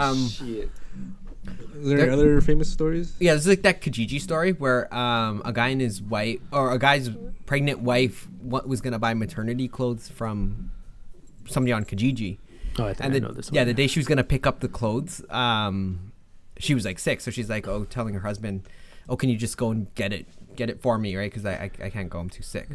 D: Um,
H: Shit.
C: Is there any
D: There-
C: other famous stories?
D: yeah, this is like that Kijiji story where um, a guy and his wife, or a guy's pregnant wife, what was gonna buy maternity clothes from somebody on Kijiji.
B: Oh, I think
D: and the,
B: I know this
D: yeah,
B: one.
D: the day she was gonna pick up the clothes, um, she was like sick, so she's like, oh, telling her husband, oh, can you just go and get it, get it for me, right? Because I, I, I can't go, I'm too sick.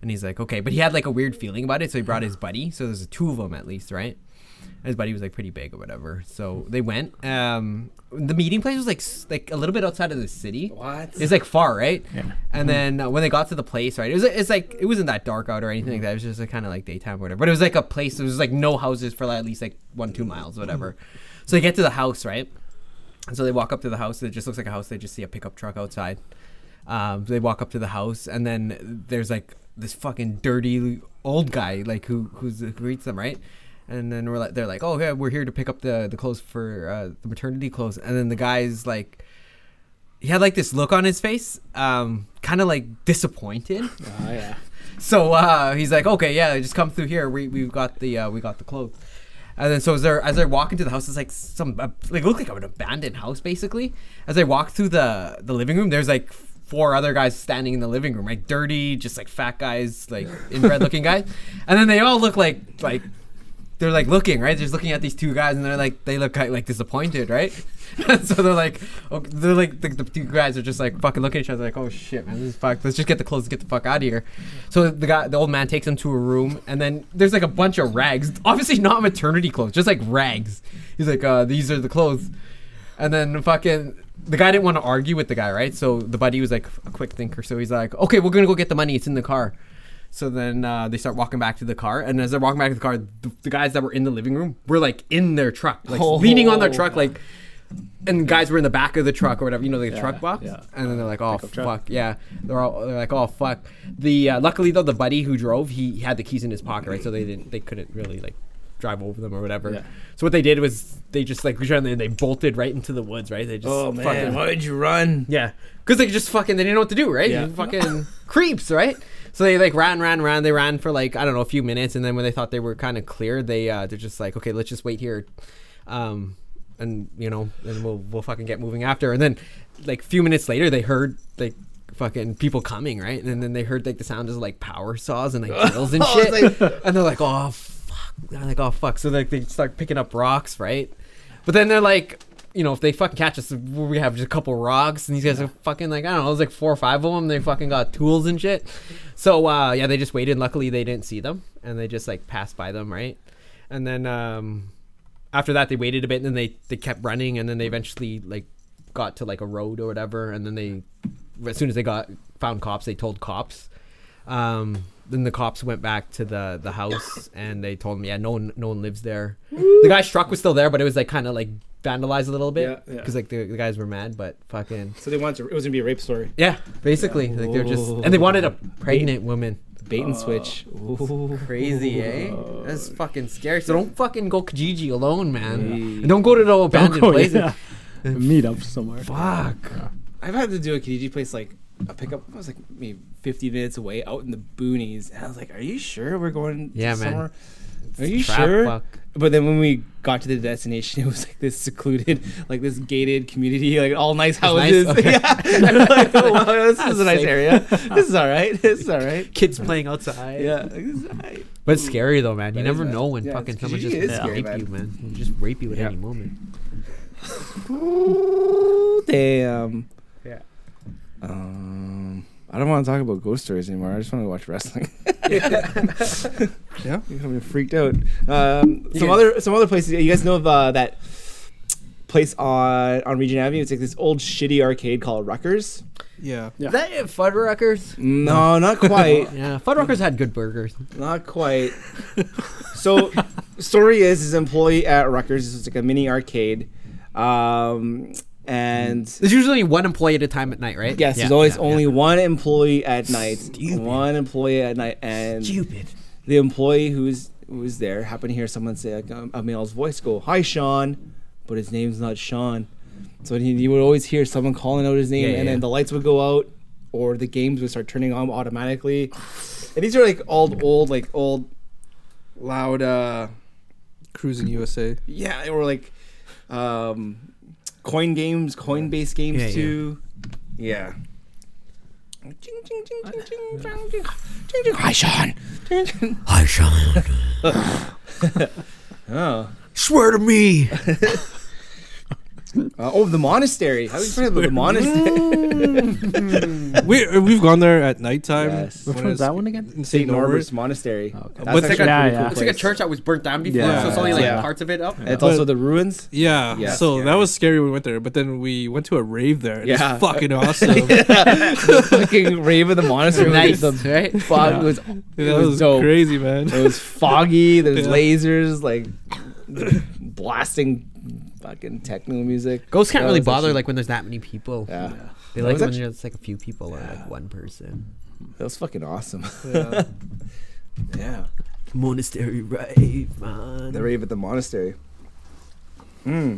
D: And he's like, okay, but he had like a weird feeling about it, so he brought his buddy. So there's two of them at least, right? And his buddy was like pretty big or whatever, so they went. Um, the meeting place was like s- like a little bit outside of the city.
A: What?
D: It's like far, right? Yeah. And then uh, when they got to the place, right, it was it's like it wasn't that dark out or anything like that. It was just like, kind of like daytime or whatever. But it was like a place. It was like no houses for like, at least like one two miles, whatever. So they get to the house, right? And so they walk up to the house. It just looks like a house. They just see a pickup truck outside. Um, they walk up to the house, and then there's like this fucking dirty old guy, like who who's who greets them, right? And then we're like, they're like, oh yeah, we're here to pick up the the clothes for uh, the maternity clothes. And then the guy's like, he had like this look on his face, um, kind of like disappointed.
A: Oh yeah.
D: So uh, he's like, okay, yeah, just come through here. We we got the uh, we got the clothes. And then so as they're as they're walking to the house, it's like some uh, like it looked like an abandoned house basically. As they walk through the the living room, there's like four other guys standing in the living room, like dirty, just like fat guys, like inbred looking guys. And then they all look like like they're like looking right. They're just looking at these two guys, and they're like they look like, like disappointed, right? [laughs] and so they're like, okay, they're like the, the two guys are just like fucking looking at each other, like, oh shit, man, this is fucked. Let's just get the clothes, and get the fuck out of here. So the guy, the old man, takes him to a room, and then there's like a bunch of rags, obviously not maternity clothes, just like rags. He's like, uh, these are the clothes. And then fucking the guy didn't want to argue with the guy, right? So the buddy was like a quick thinker, so he's like, okay, we're gonna go get the money. It's in the car. So then uh, they start walking back to the car, and as they're walking back to the car, the, the guys that were in the living room were like in their truck, like
B: Oh.
D: leaning on their truck, like. And guys were in the back of the truck or whatever, you know, the truck box.
B: yeah.
D: And then they're like, "Oh fuck, yeah." They're all they're like, "Oh fuck." The uh, luckily though, the buddy who drove, he had the keys in his pocket, right? So they didn't, they couldn't really like drive over them or whatever.
B: Yeah.
D: So what they did was they just like reached out and they bolted right into the woods, right? They just
A: Oh,
B: Oh,
D: fucking
E: why'd you run?
D: Mm-hmm. yeah, because they just fucking they didn't know what to do, right?
E: Yeah.
D: Fucking [laughs] creeps, right? So they like ran, ran, ran. They ran for like I don't know a few minutes, and then when they thought they were kind of clear, they uh, they're just like, okay, let's just wait here, um, and you know, and we'll we'll fucking get moving after. And then like a few minutes later, they heard like fucking people coming, right? And then they heard like the sound of like power saws and like drills and shit, and they're like, oh fuck, they're like oh fuck. So like they start picking up rocks, right? But then they're like, you know, if they fucking catch us, we have just a couple rocks, and these guys are fucking like, I don't know, there's like four or five of them. They fucking got tools and shit. So uh, yeah, they just waited. Luckily, they didn't see them, and they just like passed by them, right? And then um, after that, they waited a bit, and then they they kept running, and then they eventually like got to like a road or whatever, and then they as soon as they got found cops, they told cops. Um, then the cops went back to the, the house and they told them, yeah, no one no one lives there. the guy's truck was still there, but it was like kind of like vandalized a little bit
A: Yeah, yeah.
D: because like the, the guys were mad, but fucking
A: So they wanted to, it was gonna be a rape story.
D: yeah, basically like they're just and they wanted a pregnant woman.
A: Bait and switch.
B: [laughs]
D: Crazy, eh? That's fucking scary. So don't fucking go Kijiji alone, man. And don't go to the abandoned
B: go,
D: places.
B: Oh, yeah. Meet up somewhere.
D: Fuck.
A: I've had to do a Kijiji place like a pickup. I was like maybe 50 minutes away, out in the boonies, and I was like, "Are you sure we're going to
D: Yeah, man.
A: somewhere? Are you
D: Trap
A: sure?"
D: fuck.
A: But then when we got to the destination, [laughs] it was like this secluded, like this gated community, like all nice
D: nice?
A: houses. [laughs]
D: Okay.
A: Yeah, I was like, oh, wow,
D: [laughs]
A: this is a nice
D: Safe.
A: area. [laughs] This is all right. This is all
D: [laughs]
A: right.
D: Kids playing outside.
A: Yeah, like, this is all right.
D: But it's scary though, man. You
G: That is
D: never
G: bad.
D: know when
G: Yeah,
D: fucking
G: it's-
D: someone
G: Kijiji
D: just
G: is
D: yeah,
G: scary,
D: rape
G: man.
D: you, man. They'll Just rape you at any moment.
E: Ooh, damn.
D: Yeah.
E: Um, I don't want to talk about ghost stories anymore. I just want to watch
A: [laughs]
E: wrestling. yeah, you me freaked out.
A: Um, some
D: can-
A: other some other places. You guys know of uh, that place on on Regent Avenue? It's like this old shitty arcade called Ruckers.
C: Yeah.
B: Yeah.
D: Is that it, Fuddruckers?
A: No, not [laughs] quite.
D: Yeah, Fuddruckers had good burgers.
A: Not quite. so, story is his employee at Rutgers. This was like a mini arcade, um, and
D: There's usually one employee at a time at night, right?
A: yes, there's always only one employee at night. One employee at night, and
D: Stupid.
A: the employee who's who's there happened to hear someone say like um, a, a male's voice go, "Hi, Sean," but his name's not Sean. So he, you would always hear someone calling out his name,
D: Yeah,
A: and
D: yeah.
A: then the lights would go out, or the games would start turning on automatically. And these are like old, old, like old, loud. uh
C: Cruising USA.
A: yeah, or like um, coin games, coin based games
D: Yeah, yeah.
A: too. Yeah. Ching, ching, ching, ching, ching, ching, ching, ching, ching. Hi, Sean. Ching, ching.
D: Hi, Sean.
A: Oh.
D: Swear to
C: [laughs]
D: me.
A: Uh, oh, the monastery. How do you forget about the
D: [laughs]
A: monastery?
C: we uh, we've gone there at nighttime.
A: Yes.
C: when
B: Which one's
C: it's
B: that one again?
C: In
A: St.
C: St.
A: Norbert's
C: Norbert's.
A: Monastery.
B: okay.
A: That's
C: What's
A: actually
B: that-
A: a pretty
B: yeah,
A: cool
D: Oh,
B: yeah.
D: It's like a
A: place.
D: church that was burnt down before,
B: Yeah.
D: so it's only like
A: Yeah.
D: parts of it up.
A: And It's
C: But-
A: also the
D: [laughs]
A: ruins.
C: Yeah.
A: Yeah.
C: So
A: Scary.
C: that was scary when we went there, but then we went to a rave there. and
A: Yeah.
C: It's fucking awesome.
A: Fucking [laughs] rave of the monastery.
D: nice,
A: The
D: right?
A: fog was. It
C: that
A: was,
C: was
A: dope. [laughs]
C: crazy, man.
A: It was foggy. There's
C: Yeah.
A: lasers, like blasting fucking techno music.
D: Ghosts can't
A: That
D: really
A: was
D: bother
A: actually-
D: like when there's that many people.
A: Yeah.
D: They like
A: was
D: when
A: actu-
D: there's like a few people or like one person.
A: That was fucking awesome.
C: Yeah.
A: Yeah.
D: Monastery rave, man.
A: The rave at the monastery. Hmm.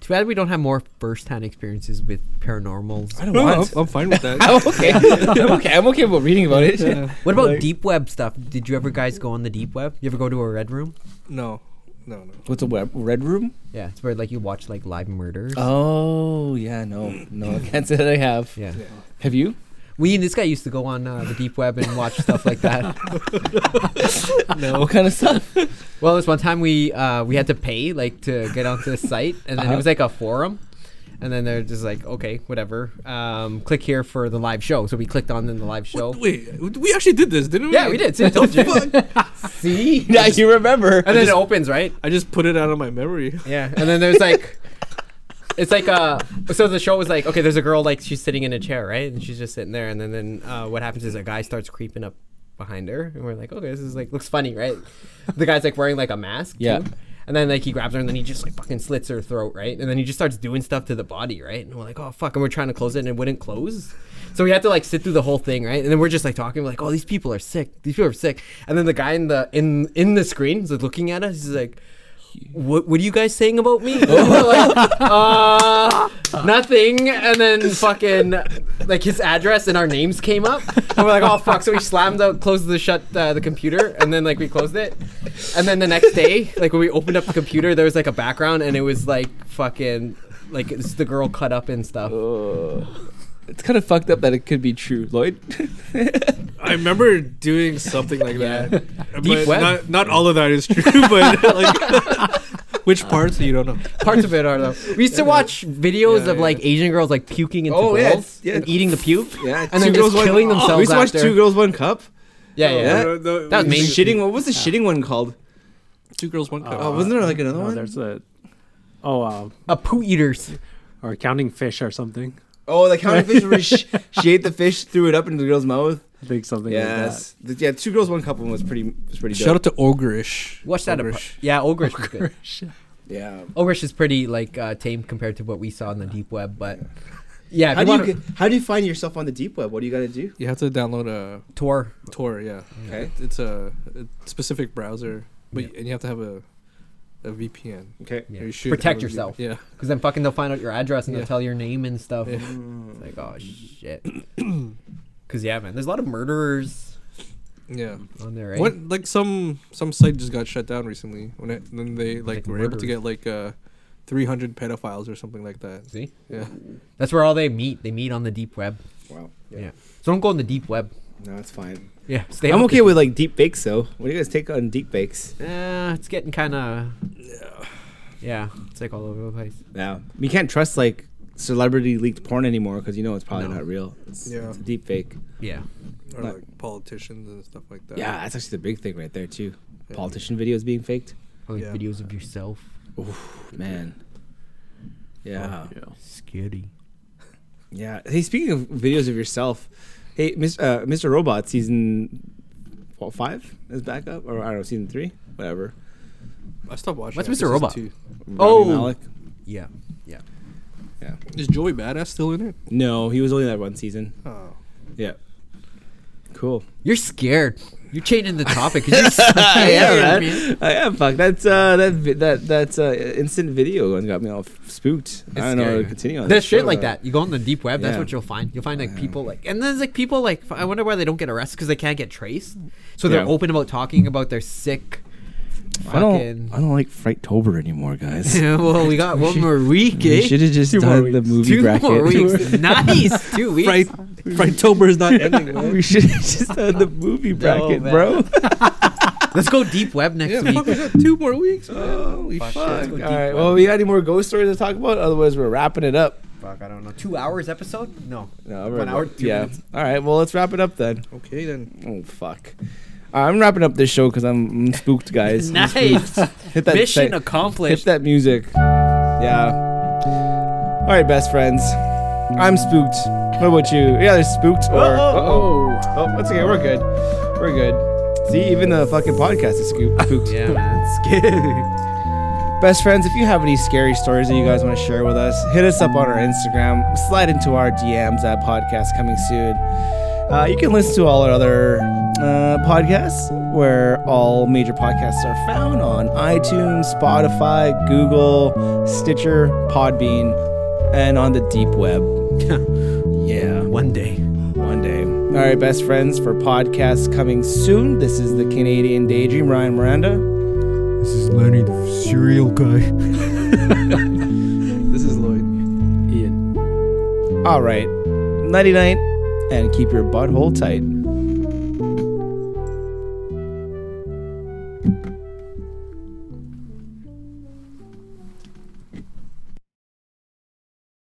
D: Too bad we don't have more first-hand experiences with paranormals.
C: I don't know. I'm, I'm fine with that.
A: [laughs] [laughs] I'm okay. I'm okay. I'm okay about reading about it.
D: What about deep web stuff? Did you ever guys go on the deep web? You ever go to a red room?
C: no. No, no.
A: What's a web, red room?
D: Yeah, it's where like you watch like live murders.
A: Oh yeah, no, no, I can't say that I have.
D: yeah.
A: Have you?
D: we and this guy used to go on uh, the deep web and watch stuff
A: [laughs]
D: like that.
A: No. What kind of [laughs] stuff?
D: Well, this one time we uh, we had to pay like to get onto the site, and then it was like a forum, and then they're just like, okay, whatever, um, click here for the live show. So we clicked on in the live show.
C: Wait, we actually did this, didn't we?
D: Yeah, we did. See, I told you. [laughs] See,
A: Yeah, you remember?
D: and then it opens right.
C: I just put it out of my memory.
D: Yeah, and then there's like, it's like uh, so the show was like, okay, there's a girl like she's sitting in a chair, right, and she's just sitting there, and then then uh, what happens is a guy starts creeping up behind her, and we're like, okay, this is like looks funny, right? The guy's like wearing like a mask,
A: Yeah.
D: too. And then like he grabs her and then he just like fucking slits her throat, right? And then he just starts doing stuff to the body, right? And we're like, oh fuck, and we're trying to close it and it wouldn't close. So we had to like sit through the whole thing, right? And then we're just like talking, we're like, oh, these people are sick. These people are sick. And then the guy in the in in the screen is like, looking at us. He's like, what what are you guys saying about me? [laughs] And we're like, uh, nothing. And then fucking like his address and our names came up. And we're like, oh fuck. So we slammed out, closed the shut uh, the computer, and then like we closed it. And then the next day, like when we opened up the computer, there was like a background, and it was like fucking like it's the girl cut up and stuff.
A: uh,
E: It's kind of fucked up that it could be true, Lloyd.
C: I remember doing something like
D: Yeah.
C: that.
D: Deep
C: but
D: web.
C: Not, not all of that is true, [laughs] but like [laughs] which parts you don't know.
D: Parts of it are though. We used to watch videos
C: Yeah,
D: of like Asian girls like puking into
G: Oh, yeah,
D: bottles
G: yeah.
D: and eating the puke.
A: [laughs]
G: Yeah,
D: And then
G: two girls,
D: just
G: one-
D: killing
A: we
D: themselves
A: used to watch
D: after.
A: two girls, one cup.
D: yeah, yeah.
A: Yeah.
C: No, no,
D: That was me.
A: Shitting. What was the shitting one called?
C: Two girls, one cup.
A: Oh, wasn't there like another
B: No,
A: one?
B: there's a oh uh,
D: A poo eaters.
B: or counting fish or something.
A: Oh, the counting fish where [laughs] she, she ate the fish, threw it up into the girl's mouth.
B: I think something
A: Yes. The- yeah, two girls, one cup one was pretty was pretty
C: Shout
A: dope.
C: out to Ogreish.
D: Watch that. Apart.
C: Ogreish.
D: Yeah, Ogrish. was
B: like
D: good.
B: that. Shit.
G: Yeah.
D: Ogrish is pretty like uh, tame compared to what we saw on the deep web, but yeah, if
A: How
D: you
A: do you
D: want
A: get, how do you find yourself on the deep web? What do you got to do?
C: You have to download a
D: Tor.
C: Tor, yeah.
A: Okay.
C: It's a, a specific browser, but and you have to have a a VPN.
A: Okay.
D: Yeah.
C: Or you should
D: Protect
C: have a V-
D: yourself.
C: Yeah.
D: Because then fucking they'll find out your address and
C: Yeah.
D: they'll tell your name and stuff.
C: Yeah. [laughs]
D: It's like, oh shit. Because yeah, man, there's a lot of murderers
C: Yeah.
D: on there, right?
C: What like some some site just got shut down recently when it then they
D: Like
C: like, were able to get like uh 300 pedophiles or something like that.
D: See,
C: Yeah.
D: that's where all they meet. They meet on the deep web.
G: Wow.
D: Yeah. So don't go on the deep web.
G: No, it's fine.
D: Yeah, stay.
A: I'm
D: off
A: okay
D: the-
A: with like deep bakes though. What do you guys take on deep bakes?
D: Uh, it's getting kind of. Yeah, it's like all over the place.
A: No, you can't trust like celebrity leaked porn anymore because you know it's probably
D: No.
A: not real. It's,
C: Yeah.
A: it's a deep fake.
D: Yeah.
C: Or
A: Like-
C: like politicians and stuff like that.
A: Yeah, that's actually the big thing right there too. Politician videos being faked.
D: Or, like
C: Yeah.
D: videos of yourself.
A: Man. Yeah.
B: Yeah.
D: Scary.
A: Oh, Yeah. Hey, speaking of videos of yourself, hey, Mr. Uh, Mr. Robot season what, five is back up, or I don't know, season three, whatever.
C: I stopped watching.
D: What's
C: after
D: Mr.
C: season
D: Robot?
C: two.
A: Rami
D: Oh.
A: Malek.
D: Yeah.
C: Is Joey Badass still in it?
A: No, he was only in that one season.
C: Oh.
A: Yeah. Cool.
D: You're scared. You're changing the topic. 'cause
A: [laughs]
D: You're scared,
A: yeah,
D: man.
A: man. I am fuck. That's uh, that vi- that that uh, instant video one got me all f- spooked. I don't know. how
D: scary,
A: to
D: man.
A: Continue on.
D: There's
A: this
D: shit
A: show,
D: like
A: though.
D: that. You go on the deep web. That's
A: Yeah.
D: what you'll find. You'll find like people like, and there's like people like. I wonder why they don't get arrested because they can't get traced. So they're
A: Yeah.
D: open about talking about their sick.
A: I
D: Fucking.
A: don't. I don't like Frighttober anymore,
D: [laughs]
A: guys.
D: Yeah, well, we
A: [laughs]
D: got one more week.
A: We
D: Eh?
A: should have just done the movie
D: Two
A: bracket.
D: more weeks. nice. Two weeks.
C: Fright Frighttober is not [laughs]
D: [laughs]
C: ending.
A: [laughs]
C: man.
A: we should have just done the movie bracket,
D: man.
A: bro.
D: [laughs]
A: [laughs]
D: Let's go deep web next
C: Yeah,
D: week.
C: fuck, we got two more weeks. man.
A: Holy
D: Fuck,
A: fuck!
D: let's go
A: All
D: deep
A: right.
D: web.
A: Well, we got any more ghost stories to talk about? Otherwise, we're wrapping it up.
D: Fuck, I don't know. Two hours episode? No.
A: No,
D: One hour, two
A: yeah.
D: minutes.
A: All right. Well, let's wrap it up then.
C: Okay then.
A: Oh fuck. Uh, I'm wrapping up this show because I'm, I'm spooked,
D: [laughs]
A: guys. I'm [laughs]
D: Nice.
A: spooked. Hit that
D: Mission
A: sec- Hit
D: accomplished.
A: that music. Yeah. All right, best friends. I'm spooked. What about you? Yeah, they're spooked. Or,
D: Oh.
A: oh, that's okay. We're good. We're good. See, even the fucking podcast is scoop- spooked.
D: Yeah, man. [laughs] Scary.
A: Best friends, if you have any scary stories that you guys want to share with us, hit us up on our Instagram. Slide into our DMs at podcast coming soon. Uh, you can listen to all our other uh, podcasts where all major podcasts are found on iTunes, Spotify, Google, Stitcher, Podbean, and on the deep web. yeah,
D: One day.
A: one day. All right, best friends, for podcasts coming soon, this is the Canadian Daydream, Ryan Miranda.
D: This is Lenny, the
A: [laughs]
D: cereal guy.
C: This is Lloyd.
B: Ian.
A: All right, nighty night, and keep your butthole tight.